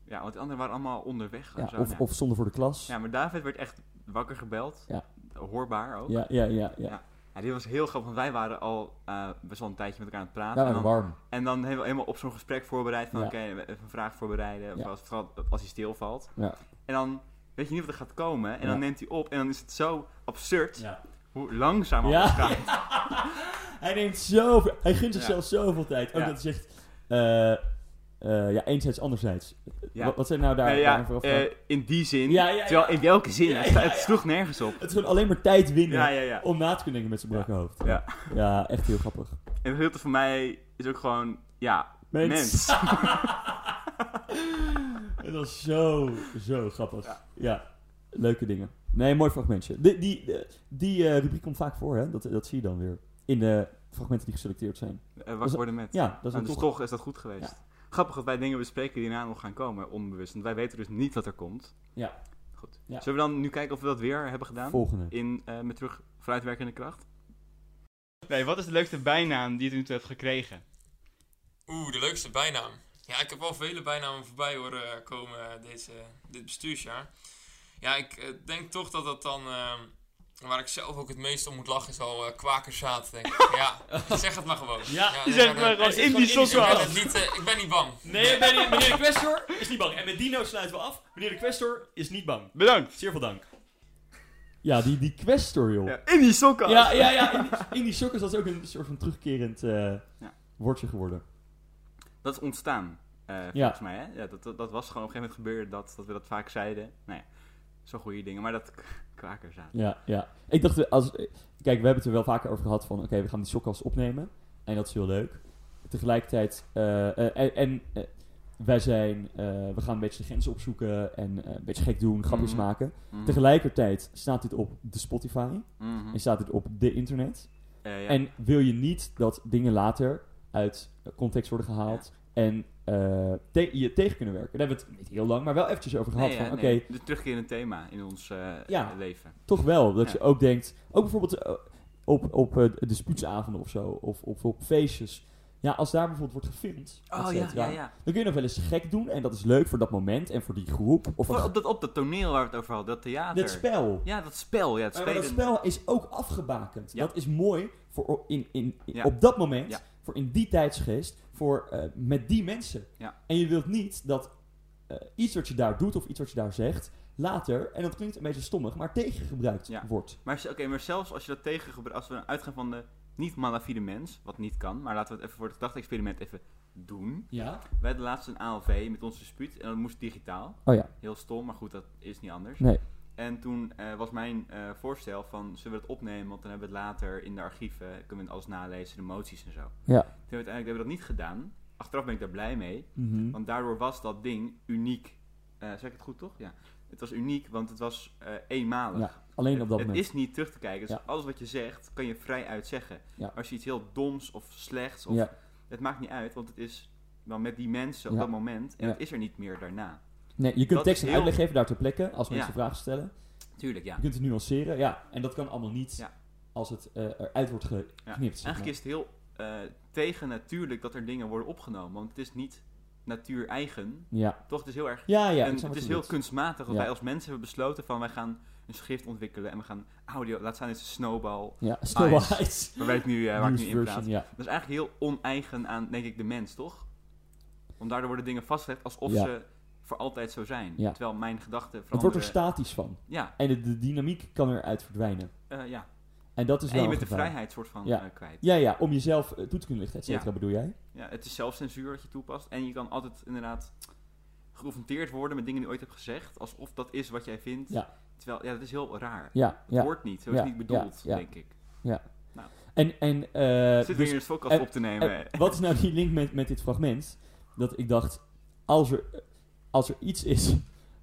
C: Ja, want de anderen waren allemaal onderweg.
B: Ja,
C: of, zo,
B: of,
C: ja.
B: of zonder voor de klas.
C: ja, maar David werd echt wakker gebeld.
B: Ja.
C: Hoorbaar ook. Ja.
B: ja, ja, ja. ja.
C: Ja, dit was heel grappig, want wij waren al eh, best wel een tijdje met elkaar aan het praten.
B: Nou,
C: en,
B: en
C: dan,
B: warm.
C: en dan hebben we helemaal op zo'n gesprek voorbereid van,
B: Ja.
C: oké, even een vraag voorbereiden. of
B: Ja.
C: Als, vooral als hij stilvalt.
B: Ja.
C: En dan weet je niet wat er gaat komen. En
B: Ja.
C: dan neemt hij op en dan is het zo absurd
B: Ja.
C: hoe langzaam alles
B: Ja.
C: gaat.
B: Hij neemt zoveel... Hij gunt
C: Ja.
B: zichzelf zoveel tijd. Ook
C: Ja.
B: dat hij zegt... eh, eh, ja, enerzijds, anderzijds.
C: Ja.
B: Wat, wat zijn nou daar,
C: Nou
B: daar
C: ja,
B: vooraf
C: eh, in die zin.
B: Ja, ja, ja.
C: Terwijl, in welke zin?
B: Ja,
C: het, sta-
B: ja,
C: het sloeg nergens op.
B: Het is gewoon alleen maar tijd winnen
C: Ja, ja, ja.
B: om na te kunnen denken met zijn brakke hoofd.
C: Ja.
B: Ja, echt heel grappig.
C: En het gedeelte voor mij is ook gewoon, ja,
B: Mens.
C: mens.
B: Het was zo, zo grappig. Ja. leuke dingen. Nee, mooi fragmentje. Die, die, eh, die eh, rubriek komt vaak voor, hè? Dat, dat zie je dan weer. In de fragmenten die geselecteerd zijn.
C: Eh,
B: Was-
C: wakker worden met.
B: Ja, dat is
C: Nou,
B: een
C: dus
B: toch...
C: toch is dat goed geweest. Grappig dat wij dingen bespreken die daarna nog gaan komen, onbewust. Want wij weten dus niet wat er komt.
B: Ja.
C: Goed.
B: Ja.
C: Zullen we dan nu kijken of we dat weer hebben gedaan?
B: Volgende.
C: In, eh, met terug vooruitwerkende kracht?
E: Nee, wat is de leukste bijnaam die je toen hebt gekregen?
J: Oeh, de leukste bijnaam. Ja, ik heb al vele bijnamen voorbij horen komen eh, deze, dit bestuursjaar. Ja, ik eh, denk toch dat dat dan... ehm, waar ik zelf ook het meest om moet lachen is al eh, kwakerzaad, denk ik. Ja, zeg het maar gewoon.
A: Ja,
J: nee,
E: zeg
J: maar
E: maar
J: dan-
E: gewoon
A: zit
E: in
A: gewoon
E: die
A: in die
J: Ik
E: sokken.
J: ben, het niet, eh, ik ben niet bang.
A: Nee, meneer, meneer de Questor is niet bang. En met Dino sluiten we af. Meneer de Questor is niet bang.
E: Bedankt.
A: Zeer veel dank.
B: Ja, die, die questor, joh. Ja,
C: Ja, in die sokken!
B: ja, ja. in, die, in die sokken is dat ook een soort van terugkerend eh,
C: Ja.
B: woordje geworden.
C: Dat is ontstaan, eh, volgens mij. Hè? Ja, dat, dat, dat was gewoon op een gegeven moment gebeurd dat, dat we dat vaak zeiden. Nou ja, zo goede dingen. Maar dat k- kwakerzaad.
B: Ja, ja. Ik dacht, als, kijk, we hebben het er wel vaker over gehad van, oké, we gaan die sokkast opnemen. En dat is heel leuk. Tegelijkertijd, eh, eh, en, en, eh, wij zijn, eh, we gaan een beetje de grenzen opzoeken en eh, een beetje gek doen, grapjes
C: Mhm.
B: maken.
C: Mhm.
B: Tegelijkertijd staat dit op de Spotify
C: Mhm.
B: en staat dit op de internet.
C: Eh, ja.
B: En wil je niet dat dingen later uit context worden gehaald en eh, te- je tegen kunnen werken. Daar hebben we het niet heel lang, maar wel eventjes over gehad.
C: Nee,
B: van,
C: ja,
B: oké,
C: nee. Dus terugkerend thema in ons eh,
B: Ja.
C: leven.
B: toch wel. Dat
C: Ja.
B: je ook denkt, ook bijvoorbeeld eh, op, op eh, dispuutsavonden of zo, of, of op feestjes. Ja, als daar bijvoorbeeld wordt gefilmd, et
C: Oh ja,
B: cetera,
C: ja, ja.
B: dan kun je nog wel eens gek doen. En dat is leuk voor dat moment en voor die groep. Of
C: Voor-
B: dat,
C: op, dat, op dat toneel waar we het over hadden, dat theater.
B: dat spel.
C: Ja, dat spel. Ja, het
B: Ja, maar dat
C: spelen.
B: spel is ook afgebakend.
C: Ja.
B: Dat is mooi voor o- in, in, in-
C: Ja.
B: op dat moment,
C: Ja.
B: voor in die tijdsgeest, voor eh, met die mensen.
C: Ja.
B: En je wilt niet dat eh, iets wat je daar doet of iets wat je daar zegt, later, en dat klinkt een beetje stommig, maar tegengebruikt
C: Ja.
B: wordt.
C: Maar, ze- oké, maar zelfs als je dat tegengebruikt, als we uitgaan van de niet-malafide mens, wat niet kan, maar laten we het even voor het gedachte-experiment even doen.
B: Ja.
C: Wij hadden laatst een ALV met ons dispuut en dat moest digitaal.
B: Oh ja.
C: Heel stom, maar goed, dat is niet anders.
B: Nee.
C: En toen eh, was mijn eh, voorstel van, zullen we dat opnemen, want dan hebben we het later in de archieven, kunnen we alles nalezen, de moties en zo. Toen
B: Ja.
C: hebben we uiteindelijk hebben we dat niet gedaan. Achteraf ben ik daar blij mee.
B: Mhm.
C: Want daardoor was dat ding uniek. Eh, zeg ik het goed, toch? Ja. Het was uniek, want het was eh, eenmalig.
B: Ja, alleen op dat
C: het, het
B: moment.
C: is niet terug te kijken. Dus
B: Ja.
C: alles wat je zegt, kan je vrij uit zeggen.
B: Ja.
C: Als je iets heel doms of slechts, of,
B: Ja.
C: het maakt niet uit, want het is dan met die mensen op
B: Ja.
C: dat moment. En
B: Ja.
C: het is er niet meer daarna.
B: Nee, je kunt
C: dat
B: tekst
C: is
B: en
C: heel-
B: uitleg geven daar ter plekke als
C: Ja.
B: mensen vragen stellen.
C: Tuurlijk, ja.
B: Je kunt het nuanceren, ja. En dat kan allemaal niet
C: Ja.
B: als het eh, eruit wordt geknipt.
C: Ja.
B: zeg maar.
C: Eigenlijk is het heel eh, tegen natuurlijk dat er dingen worden opgenomen. Want het is niet natuureigen.
B: Ja,
C: Toch, het is heel erg
B: ja, ja. ik
C: en
B: snap wat
C: het is
B: je
C: heel
B: bedoelt.
C: kunstmatig dat
B: Ja.
C: wij als mensen hebben besloten van wij gaan een schrift ontwikkelen en we gaan audio, laat staan is een snowball,
B: Ja, Snow
C: Eyes.
B: Eyes.
C: waar, wij het nu, eh, waar ik
B: Nieuws
C: nu in praat.
B: version, ja.
C: Dat is eigenlijk heel oneigen aan, denk ik, de mens, toch? Want daardoor worden dingen vastgelegd alsof
B: Ja.
C: ze voor altijd zo zijn.
B: Ja.
C: Terwijl mijn gedachten
B: Het
C: veranderen.
B: wordt er statisch van.
C: Ja,
B: En de, de dynamiek kan eruit verdwijnen.
C: eh, ja.
B: En dat is
C: en
B: wel
C: je
B: een
C: bent de
B: gevaar.
C: vrijheid soort van
B: Ja.
C: eh, kwijt.
B: Ja, ja, om jezelf eh, toe te kunnen lichten, et cetera,
C: Ja.
B: bedoel jij?
C: Ja, het is zelfcensuur dat je toepast. En je kan altijd inderdaad geconfronteerd worden met dingen die je ooit hebt gezegd. Alsof dat is wat jij vindt.
B: Ja.
C: Terwijl, ja, dat is heel raar.
B: Ja, ja.
C: Hoort niet. Zo is
B: Ja,
C: het niet bedoeld,
B: ja, ja.
C: denk ik.
B: En, en eh,
C: Zitten we
B: dus
C: hier in het podcast
B: eh,
C: op te nemen?
B: En wat is nou die link met, met dit fragment? Dat ik dacht, als er, als er iets is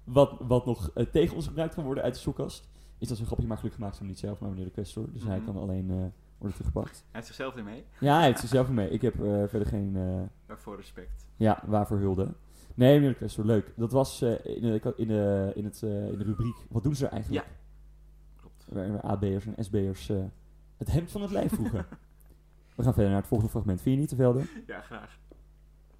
B: wat, wat nog eh, tegen ons gebruikt kan worden uit de zoekkast, is dat zo'n grapje, maar gelukkig maakt ze hem niet zelf, maar meneer de questor. Dus hij
C: Mhm.
B: kan alleen eh, worden teruggepakt.
C: Hij heeft zichzelf ermee.
B: Ja, hij heeft ze zelf mee. Ik heb eh, verder geen, eh,
C: Waarvoor respect.
B: ja, waarvoor hulde. Nee, meneer de questor, leuk. Dat was eh, in, de, in, de, in, het, eh, in de rubriek, wat doen ze er eigenlijk?
C: Klopt.
B: Waarin we AB'ers en SB'ers eh, het hemd van het lijf vroegen. we gaan verder naar het volgende fragment. Vind je niet te velden?
C: Ja, graag.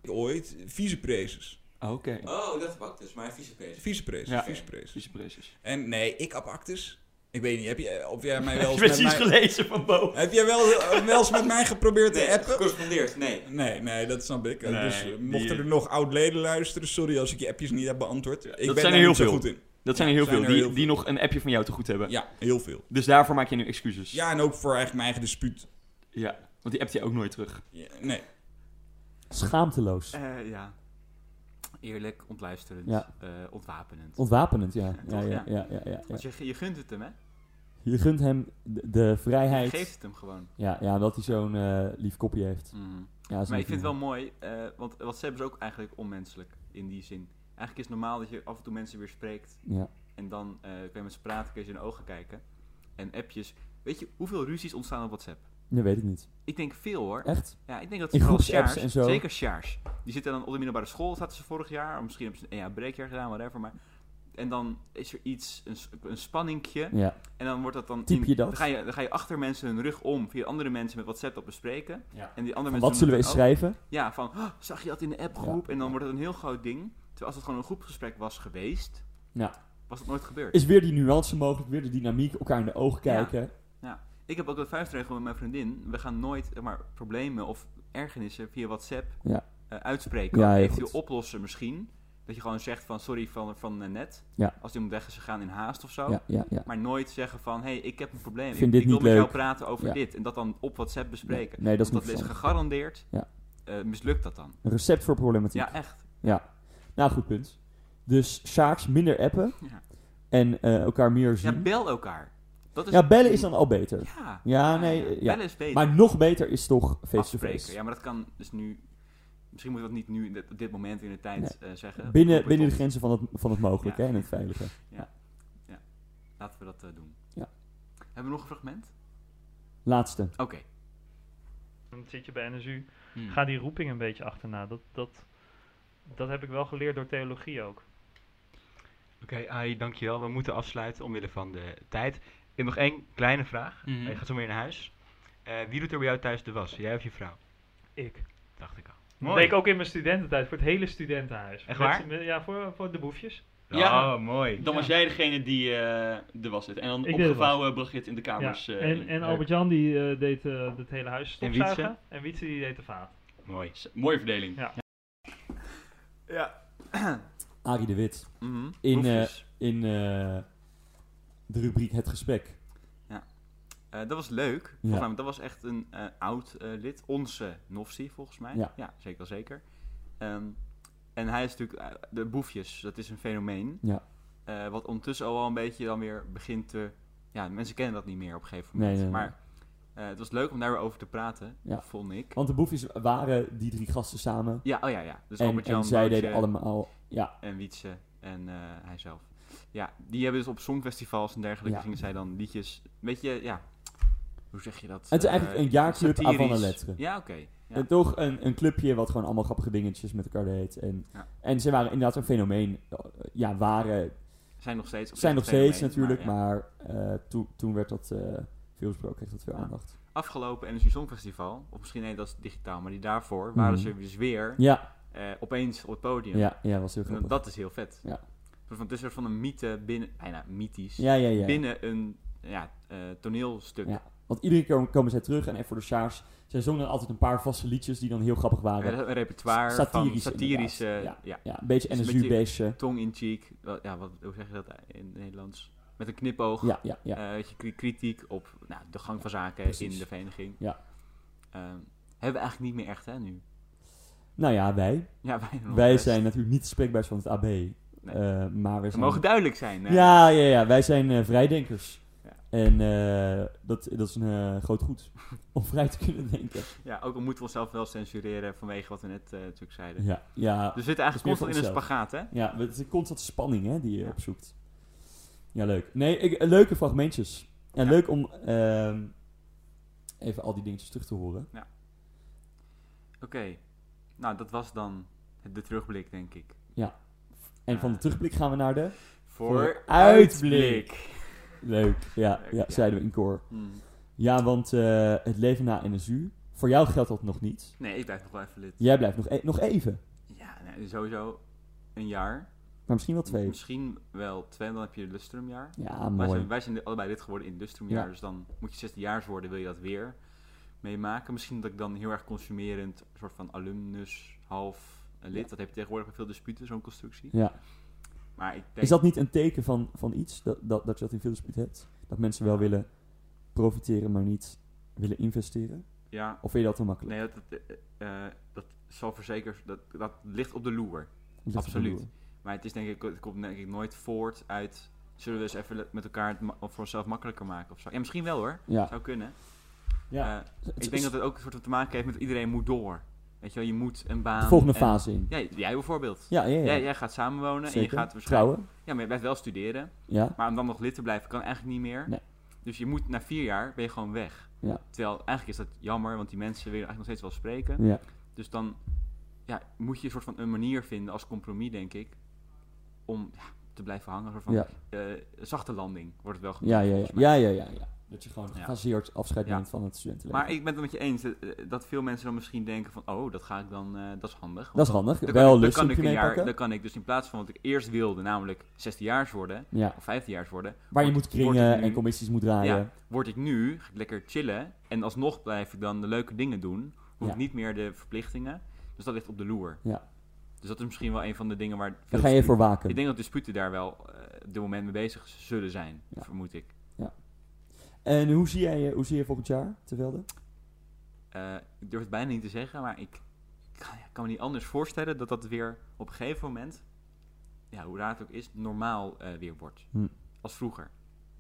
I: ooit viceprezes.
B: Ah,
E: Oké.
J: Oh, dat pakt dus. Maar viceprezes.
I: Viceprezes,
E: Ja.
I: viceprezes.
E: precies.
I: En nee, ik abactus. Ik weet niet, heb je, of jij mij wel
A: Ik
I: eens
A: ben
I: met
A: iets
I: mij...
A: gelezen van Bo.
I: Heb jij wel, eh, wel eens met mij geprobeerd te appen?
J: Correspondeert, nee.
I: Nee, nee, dat snap ik.
A: Nee,
I: dus eh,
A: die-
I: mochten er nog oud-leden luisteren, sorry als ik je appjes niet heb beantwoord. ik ben
A: zijn
I: daar
A: er heel
I: niet zo
A: veel.
I: goed in.
A: Dat zijn er heel
I: zijn
A: veel,
I: er
A: die,
I: heel
A: die
I: veel.
A: nog een appje van jou te goed hebben.
I: Ja, heel veel.
A: Dus daarvoor maak je nu excuses.
I: Ja, en ook voor eigenlijk mijn eigen dispuut.
A: Ja, Want die appt je ook nooit terug.
I: Ja, nee.
B: Schaamteloos.
C: Eh, ja. Eerlijk, ontluisterend,
B: Ja.
C: eh, ontwapenend.
B: Ontwapenend, ja. Ja,
C: toch,
B: ja,
C: ja.
B: ja, ja, ja, ja.
C: Want je, je gunt het hem, hè?
B: Je gunt hem de, de
C: Je geeft
B: vrijheid.
C: het hem gewoon.
B: Ja, ja, dat hij zo'n eh, lief kopje heeft.
C: Mhm.
B: Ja, dat is
C: Maar ik
B: lief
C: vind het wel
B: iemand.
C: mooi, eh, want WhatsApp is ook eigenlijk onmenselijk in die zin. Eigenlijk is het normaal dat je af en toe mensen weer spreekt
B: Ja.
C: en dan eh, kun je met ze praten, kun je ze in de ogen kijken. En appjes. Weet je hoeveel ruzies ontstaan op WhatsApp?
B: Nee, weet ik niet.
C: Ik denk veel hoor.
B: Echt?
C: Ja, ik denk dat
B: In
C: vooral
B: groepsapps
C: sjaars-
B: en zo.
C: Zeker sjaars. Die zitten dan op de middelbare school, zaten ze vorig jaar. Of misschien hebben ze een ja, breekjaar gedaan, whatever. Maar, en dan is er iets, een, s- een spanningje.
B: Ja.
C: En dan wordt dat dan...
B: Typ je dat?
C: Dan ga je, dan ga je achter mensen hun rug om via andere mensen met WhatsApp dat bespreken.
B: Ja.
C: En die andere mensen
B: Wat zullen we
C: doen
B: eens
C: dat ook.
B: schrijven?
C: Ja, van, "Oh, zag je dat in de appgroep? En dan wordt het een heel groot ding. Terwijl als het gewoon een groepsgesprek was geweest,
B: Ja.
C: was dat nooit gebeurd.
B: Is weer die nuance mogelijk, weer de dynamiek, elkaar in de ogen kijken.
C: Ik heb ook een vuistregel met mijn vriendin. We gaan nooit zeg maar, problemen of ergernissen via WhatsApp
B: Ja.
C: eh, uitspreken.
B: Ja, heel
C: Eventueel
B: goed.
C: oplossen misschien. Dat je gewoon zegt van, sorry van, van eh, net.
B: Ja.
C: Als die moet weg is gegaan in haast of zo.
B: Ja, ja, ja.
C: Maar nooit zeggen van, hé, hey, ik heb een probleem.
B: Vind
C: ik
B: dit
C: ik wil
B: niet
C: met jou
B: leuk.
C: praten over
B: Ja.
C: dit. En dat dan op WhatsApp bespreken.
B: Nee, dat is niet
C: Want dat is
B: verstandig.
C: gegarandeerd.
B: Ja.
C: eh, mislukt dat dan?
B: Een recept voor problematiek.
C: Ja, echt.
B: Nou, goed punt. Dus Sjaaks minder appen.
C: Ja.
B: En eh, elkaar meer
C: Ja,
B: zien.
C: bel elkaar. Dat is
B: Ja, bellen is dan al beter.
C: Ja.
B: Ja, nee. Ja.
C: Bellen is beter.
B: Maar nog beter is toch
C: Afspreken.
B: face-to-face.
C: Ja, maar dat kan dus nu... Misschien moeten we dat niet nu, in dit- op dit moment in de tijd eh, zeggen.
B: Binnen,
C: Roep
B: binnen de
C: het op.
B: grenzen van het, van het mogelijke
C: Ja.
B: hè, en het veilige.
C: Laten we dat eh, doen.
B: Ja.
C: Hebben we nog een fragment?
B: Laatste.
C: Oké.
K: Dan zit je bij NSU.
C: Hmm.
K: Ga die roeping een beetje achterna. Dat, dat, dat heb ik wel geleerd door theologie ook.
C: Oké, Ai, dankjewel. We moeten afsluiten omwille van de tijd. Ik heb nog één kleine vraag.
E: Mhm.
C: Je gaat zo meer naar huis. Eh, wie doet er bij jou thuis de was? Jij of je vrouw?
K: Ik.
C: Dacht ik al.
K: Dat deed ik ook in mijn studententijd, voor het hele studentenhuis.
C: Echt
K: Met-
C: waar?
K: met- ja, voor, voor de boefjes.
E: Ja.
C: Oh, mooi.
A: Dan was jij degene die eh, er was En dan
K: Ik deed de
A: opgevouwen bracht je het in de kamers.
K: ja.
A: eh,
K: en en Albert-Jan die eh, deed eh, het hele huis
C: En Wietse?
K: stofzuigen. En Wietse die deed de vaat.
C: Mooi.
A: Mooie verdeling.
K: Ja.
C: Ja.
B: Arie de Wit.
C: Mhm.
B: In,
C: Proefjes.
B: in eh, de rubriek Het Gesprek.
C: Eh, dat was leuk. Volgens
B: Ja.
C: mij, want dat was echt een eh, oud eh, lid. Onze Nofsi, volgens mij.
B: Ja.
C: zeker wel zeker. Ehm, en hij is natuurlijk... eh, de boefjes, dat is een fenomeen.
B: Ja.
C: Eh, wat ondertussen al wel een beetje dan weer begint te... Ja, mensen kennen dat niet meer op een gegeven
B: Nee,
C: moment.
B: nee, nee.
C: Maar eh, het was leuk om daar weer over te praten,
B: Ja.
C: vond ik.
B: Want de boefjes waren die drie gasten samen.
C: Ja, oh ja, ja. Dus
B: en,
C: Albert-Jan,
B: en zij
C: Boutje
B: deden allemaal... Ja,
C: en Wietse en eh hijzelf. Ja, die hebben dus op songfestivals en dergelijke
B: Ja.
C: gingen zij dan liedjes... Weet je, ja... Hoe zeg je dat?
B: Het is eigenlijk
C: Eh,
B: een jaarclub
C: satirisch.
B: avant la lettre.
C: Ja, oké. Ja.
B: En toch een, een clubje wat gewoon allemaal grappige dingetjes met elkaar deed. En,
C: Ja.
B: en ze waren inderdaad een fenomeen. Eh, Ja, waren...
C: Zijn nog steeds.
B: Zijn nog
C: oprecht fenomeen,
B: steeds natuurlijk,
C: E, ja.
B: maar, eh, toen- toen werd dat eh, veel besproken. Kreeg dat veel
C: Ja.
B: aandacht.
C: Afgelopen NSU Songfestival, of misschien nee, dat is digitaal, maar die daarvoor waren
B: Mhm.
C: ze dus weer
B: Ja,
C: eh, opeens op het podium.
B: ja, ja, was heel
C: En dat,
B: grappig.
C: is heel vet.
B: Ja.
C: Van, het is een soort van een mythe binnen, bijna mythisch,
B: Ja, ja, ja.
C: binnen een ja, eh, toneelstuk.
B: Ja. Want iedere keer komen zij terug en voor de Sjaars. Zij zongen altijd een paar vaste liedjes die dan heel grappig waren.
C: Ja, een repertoire
B: S-
C: van satirische...
B: inderdaad. Ja.
C: ja.
B: Ja, een beetje
C: Dus
B: nsu beestje
C: Tong in cheek. Wel, Ja, wat, hoe zeg je dat in het Nederlands? Met een knipoog.
B: Ja, ja, ja.
C: Eh, weet je, kri- kritiek op nou, de gang van zaken
B: precies.
C: in de vereniging.
B: Ja.
C: Ehm, hebben we eigenlijk niet meer echt, hè, nu?
B: Nou ja, wij.
C: Ja, wij nog
B: wij
C: best.
B: zijn natuurlijk niet spreekbuis van het AB. Eh, maar we
C: We
B: zijn...
C: mogen duidelijk zijn, hè?
B: Ja, ja, ja, wij zijn eh, vrijdenkers. En eh, dat, dat is een eh, groot goed om vrij te kunnen denken.
C: Ja, ook al moeten we onszelf wel censureren vanwege wat we net eh, natuurlijk zeiden.
B: Ja, ja.
C: Dus we zitten
B: dat is meer
C: eigenlijk
B: voor
C: constant in een
B: onszelf.
C: spagaat, hè?
B: Ja, het is een constante spanning hè, die je opzoekt. Ja, leuk. Nee, ik, eh, leuke fragmentjes. En leuk om ehm, even al die dingetjes terug te horen.
C: Ja. Oké. Nou, dat was dan het- de terugblik, denk ik.
B: Ja. En
C: Ah.
B: van de terugblik gaan we naar de...
C: Vooruitblik.
B: Leuk, ja, ja, zeiden we in koor.
C: Hmm.
B: Ja, want eh, het leven na NSU, voor jou geldt dat nog niet.
C: Nee, ik blijf nog wel even lid.
B: Jij blijft nog, e- nog even,
C: Ja, nee, sowieso een jaar.
B: maar misschien wel twee.
C: Misschien wel twee, dan heb je lustrumjaar.
B: Ja,
C: Wij
B: mooi.
C: zijn, wij zijn allebei lid geworden in het lustrumjaar,
B: Ja.
C: dus dan moet je 16 jaar worden, wil je dat weer meemaken. Misschien dat ik dan heel erg consumerend, een soort van alumnus, half een lid. Dat heb je tegenwoordig bij veel disputen, zo'n constructie.
B: Ja.
C: Maar ik denk,
B: Is dat niet een teken van, van iets, dat, dat, dat je dat in veel dispuut hebt? Dat mensen wel willen profiteren, maar niet willen investeren?
C: Ja.
B: Of vind je dat te makkelijk?
C: Nee, dat, dat, eh, eh, dat zal verzekerd. Dat, dat ligt op de loer.
B: ligt op de
C: Absoluut.
B: loer.
C: Maar het, is denk ik, het komt denk ik nooit voort uit. Zullen we eens even met elkaar het ma- voor onszelf makkelijker maken of zo? Ja, misschien wel hoor.
B: Ja.
C: Zou kunnen.
B: Ja.
C: Eh,
B: Het
C: ik
B: is-
C: denk dat het ook een soort van te maken heeft met iedereen moet door. Weet je wel, je moet een baan.
B: De volgende
C: en-
B: fase in.
C: Ja, jij bijvoorbeeld.
B: Ja, ja, ja.
C: Jij, jij gaat samenwonen en
B: Zeker.
C: je gaat waarschijnlijk...
B: Trouwen.
C: Ja, maar je blijft wel studeren.
B: Ja.
C: Maar om dan nog lid te blijven kan eigenlijk niet meer.
B: Nee.
C: Dus je moet na vier jaar ben je gewoon weg.
B: Ja.
C: Terwijl eigenlijk is dat jammer, want die mensen willen eigenlijk nog steeds wel spreken.
B: Ja.
C: Dus dan ja, moet je een soort van een manier vinden als compromis, denk ik, om ja, te blijven hangen. Een soort van
B: Ja.
C: eh, zachte landing wordt het wel genoemd.
B: Ja, ja, ja.
C: volgens mij.
B: ja, ja, ja, ja. Dat je gewoon
C: Ja.
B: gefaseerd afscheid
C: Ja.
B: neemt van het studentenleven.
C: Maar ik ben het met je eens eh, eh, dat veel mensen dan misschien denken van, oh, dat ga ik dan, eh, dat is handig. Want
B: Dat is
C: dan-
B: handig.
C: dan
B: Wel
C: kan ik- dan kan
B: lustrimpje
C: ik een jaar,
B: meepakken.
C: Dan kan ik dus in plaats van wat ik eerst wilde, namelijk 16 jaar worden,
B: Ja.
C: of 15 jaar worden.
B: Waar je
C: word-
B: moet kringen
C: word ik
B: en commissies moet draaien.
C: Ja, word ik nu, ga ik lekker chillen en alsnog blijf ik dan de leuke dingen doen. Hoef
B: Ja.
C: ik niet meer de verplichtingen. Dus dat ligt op de loer.
B: Ja.
C: Dus dat is misschien wel een van de dingen waar... veel
B: ga je
C: dispu-
B: voor waken.
C: Ik denk dat disputen daar wel eh, op dit moment mee bezig zullen zijn, vermoed ik.
B: En hoe zie jij je, hoe zie je volgend jaar, te Velde?
C: Eh, ik durf het bijna niet te zeggen, maar ik, ik kan- ik kan me niet anders voorstellen dat dat weer op een gegeven moment, ja, hoe raar het ook is, normaal eh, weer wordt.
B: Hm.
C: Als vroeger.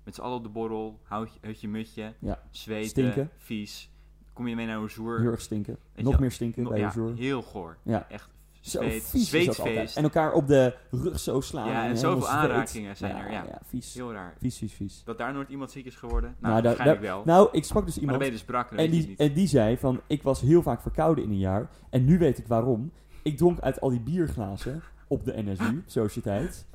C: Met z'n allen op de borrel, houtje- hutje, mutje,
B: Ja.
C: zweten,
B: Stinken.
C: vies. Kom je mee naar Ozoer?
B: Heel erg stinken.
C: Weet
B: Nog
C: je-
B: meer stinken bij
C: ja,
B: Ozoer.
C: Heel goor.
B: Ja.
C: Echt
B: Zo
C: zweet,
B: vies is dat
C: zweetfeest.
B: altijd. En elkaar op de rug zo slaan.
C: Ja, en
B: helemaal
C: zoveel
B: zweet. Nou
C: aanrakingen zijn er. Ja,
B: vies.
C: Heel raar.
B: Vies, vies, vies.
C: Dat daar nooit iemand ziek is geworden? Nou,
B: daar-
C: waarschijnlijk
B: daar-
C: wel.
B: Nou, ik sprak dus
C: Maar
B: iemand.
C: dan ben je dus brak en dan
B: en,
C: weet je
B: die,
C: het niet.
B: en die zei van: Ik was heel vaak verkouden in een jaar. En nu weet ik waarom. Ik dronk uit al die bierglazen op de NSU, Sociëteit.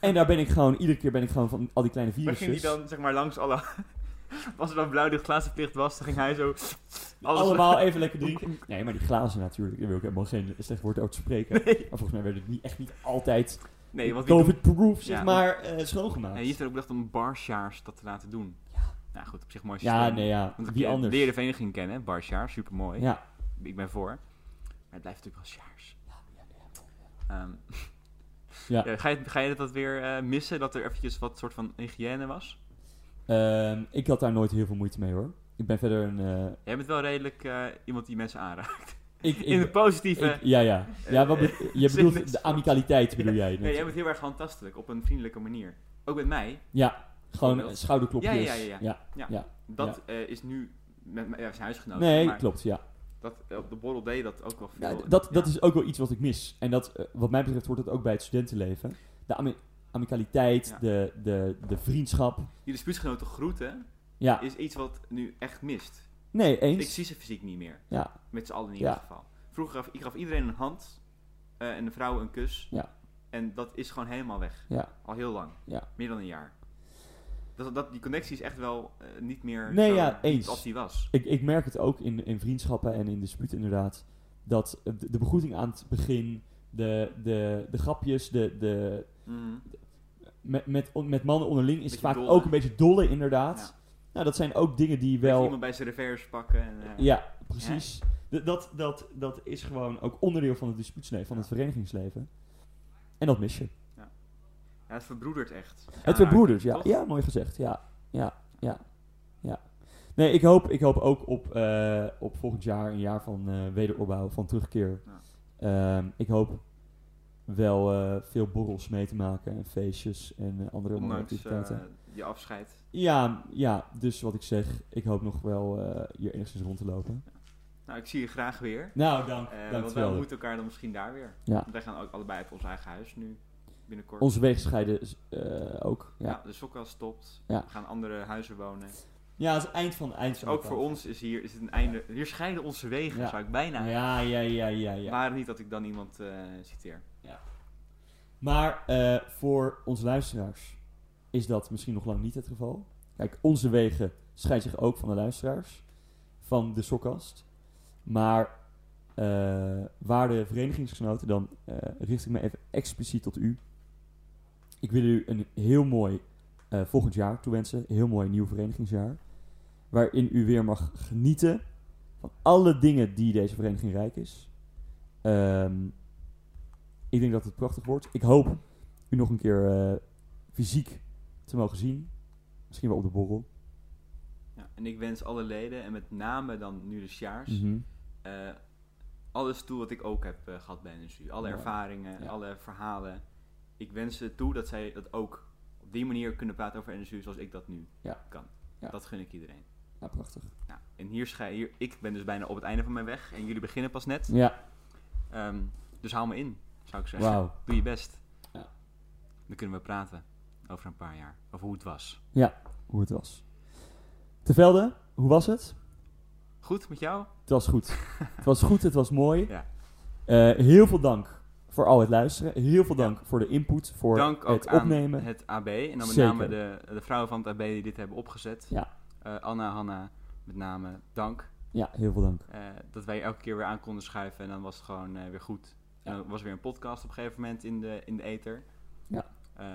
B: En daar ben ik gewoon, iedere keer ben ik gewoon van al die kleine
C: Maar ging die
B: virusjes.
C: dan zeg maar langs alle... Als er dan blauwdicht glazenplicht was, dan ging hij zo... alles-
B: Allemaal even lekker drinken. Nee, maar die glazen natuurlijk. Daar wil ik helemaal geen slecht woord over spreken. Maar volgens mij werd het niet, echt niet altijd
C: Nee, want die
B: COVID-proof,
C: doen-
B: zeg
C: Ja.
B: maar, eh, schoongemaakt.
C: Nee, je heeft er ook bedacht om barsjaars dat te laten doen. Ja. Nou goed, op zich mooi
B: Ja, nee, ja.
C: Want
B: Wie
C: je
B: anders?
C: leer je de vereniging kennen, hè, barsjaar, supermooi.
B: Ja.
C: Ik ben voor. Maar het blijft natuurlijk wel sjaars. Ehm,
B: Ja.
C: ja, ga, je, ga je dat weer eh, missen, dat er eventjes wat soort van hygiëne was?
B: Ehm, ik had daar nooit heel veel moeite mee hoor. Ik ben verder een. eh,
C: Jij bent wel redelijk eh, iemand die mensen aanraakt.
B: ik, ik-
C: In de positieve...
B: ik- ja, ja. ja wat
C: eh,
B: be- je
C: zin
B: bedoelt
C: is.
B: de amicaliteit, bedoel jij?
C: Nee,
B: net.
C: jij bent heel erg handtastelijk, op een vriendelijke manier. Ook met mij.
B: Ja, gewoon
C: Bijvoorbeeld.
B: schouderklopjes.
C: Ja, ja, ja. ja.
B: Ja,
C: Ja.
B: ja,
C: Dat eh, is nu... Met, ja, we zijn huisgenoten.
B: Nee,
C: maar
B: klopt, ja.
C: Dat, eh, op de borrel deed je dat ook wel veel.
B: Nou, d- dat, dat is ook wel iets wat ik mis. En dat, eh, wat mij betreft, hoort dat ook bij het studentenleven. De ami- amicaliteit, de, de, de vriendschap.
C: Die dispuutgenoten groeten
B: Ja.
C: is iets wat nu echt mist.
B: Nee, eens.
C: Ik zie ze fysiek niet meer.
B: Ja.
C: Met z'n allen in
B: Ja.
C: ieder geval. Vroeger gaf ik gaf iedereen een hand eh, en de vrouwen een kus.
B: Ja.
C: En dat is gewoon helemaal weg.
B: Ja.
C: Al heel lang.
B: Ja.
C: Meer dan een jaar. Dat, dat, die connectie is echt wel eh, niet meer
B: Nee,
C: zo
B: ja,
C: diep
B: eens.
C: als die was.
B: Ik, ik merk het ook in, in vriendschappen en in disputen inderdaad. Dat eh, de, de begroeting aan het begin, de, de, de grapjes, de... de
C: Mhm.
B: met, met, met mannen onderling is het
C: Beetje
B: vaak
C: dolle.
B: ook een beetje dolle inderdaad. Nou, dat zijn ook dingen die
C: Wel.
B: wel...
C: Iemand bij zijn reverse pakken. En, eh,
B: Ja, precies. D- Dat, dat, dat is gewoon ook onderdeel van het dispuutsleven, van het verenigingsleven. En dat mis je.
C: Ja, het verbroedert echt.
B: het
C: Ja,
B: verbroedert, ja.
C: toch?
B: Ja, mooi gezegd. Ja, ja, ja, ja. Nee, ik hoop, ik hoop ook op, eh, op volgend jaar een jaar van eh, wederopbouw, van terugkeer. Ehm, ik hoop wel eh, veel borrels mee te maken en feestjes en eh, andere mooie
C: Ondanks eh,
B: activiteiten.
C: je afscheid.
B: Ja, ja, dus wat ik zeg, ik hoop nog wel eh, hier enigszins rond te lopen.
C: Nou, ik zie je graag weer.
B: Nou, dank.
C: Eh,
B: Dank,
C: want wij
B: Velder.
C: moeten elkaar dan misschien daar weer.
B: Ja.
C: Want Wij gaan ook allebei uit ons eigen huis nu. Binnenkort.
B: Onze wegen scheiden eh, ook.
C: Ja.
B: Ja.
C: de sokkel stopt.
B: Ja.
C: We gaan andere huizen wonen.
B: Ja, het is eind van eind
C: Dus
B: van
C: ook
B: de
C: voor
B: kant.
C: ons is hier is het een einde. Hier scheiden onze wegen,
B: Ja.
C: zou ik bijna.
B: Nou Ja, ja, ja, ja, ja.
C: Maar niet dat ik dan iemand eh, citeer.
B: Maar eh, voor onze luisteraars is dat misschien nog lang niet het geval. Kijk, onze wegen scheiden zich ook van de luisteraars, van de sokkast. Maar eh waarde verenigingsgenoten, dan eh, richt ik me even expliciet tot u. Ik wil u een heel mooi eh, volgend jaar toewensen, een heel mooi nieuw verenigingsjaar. Waarin u weer mag genieten van alle dingen die deze vereniging rijk is. Ehm, ik denk dat het prachtig wordt. Ik hoop u nog een keer eh, fysiek te mogen zien. Misschien wel op de borrel.
C: Ja, en ik wens alle leden, en met name dan nu de Sjaars,
B: Mhm.
C: eh, alles toe wat ik ook heb eh, gehad bij NSU. Alle
B: Ja.
C: ervaringen, alle verhalen. Ik wens ze toe dat zij dat ook op die manier kunnen praten over NSU zoals ik dat nu
B: Ja.
C: kan.
B: Ja.
C: Dat gun ik iedereen.
B: Ja, prachtig.
C: Nou, en hier schij hier, ik ben dus bijna op het einde van mijn weg en jullie beginnen pas net.
B: Ja.
C: Ehm, dus hou me in, zou ik zeggen.
B: Wauw.
C: Doe je best.
B: Ja.
C: Dan kunnen we praten over een paar jaar, over hoe het was.
B: Ja, hoe het was. Te Velde, hoe was het?
C: Goed met jou?
B: Het was goed. het was goed, het was mooi.
C: Ja.
B: Eh, heel veel dank voor al het luisteren. Heel veel dank voor de input, voor
C: Dank ook
B: het
C: aan
B: opnemen.
C: het AB. En dan met
B: Zeker.
C: name de, de vrouwen van het AB die dit hebben opgezet.
B: Ja.
C: Eh, Anna, Hanna, met name dank.
B: Ja, heel veel dank.
C: Eh, dat wij elke keer weer aan konden schuiven en dan was het gewoon eh, weer goed. En dan was er weer een podcast op een gegeven moment in de, in de ether.
B: Ja.
C: Eh,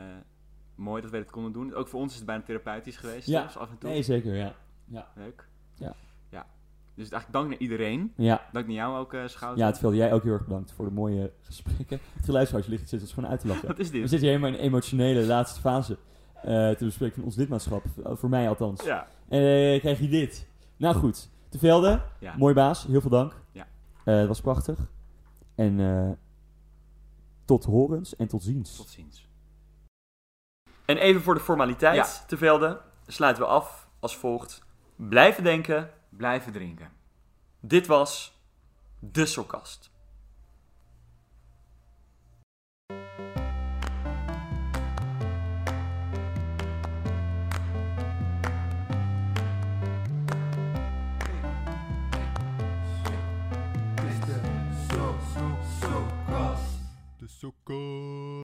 C: mooi dat wij dat konden doen. Ook voor ons is het bijna therapeutisch geweest.
B: Ja.
C: soms af en toe.
B: Nee, zeker, ja. Ja.
C: Leuk.
B: Ja.
C: ja. Dus eigenlijk dank naar iedereen.
B: Ja.
C: Dank naar jou ook, eh Schouten.
B: Ja, het Velde, jij ook heel erg bedankt voor de mooie gesprekken. Het geluidshuis ligt, zit ons gewoon uit te lachen.
C: Wat is dit?
B: We zitten helemaal in een emotionele laatste fase eh te bespreken van ons lidmaatschap. Eh, Voor mij althans.
C: Ja.
B: En eh, krijg je dit. Nou goed, Te Velde,
C: Ja.
B: mooi baas, heel veel dank.
C: Ja.
B: Eh, het was prachtig. En eh, tot horens en tot ziens.
C: Tot ziens.
A: En even voor de formaliteit,
C: Ja.
A: te velden, sluiten we af als volgt. Blijven denken.
C: Blijven drinken.
A: Dit was de Sokkast.
D: Is de so, so, so, De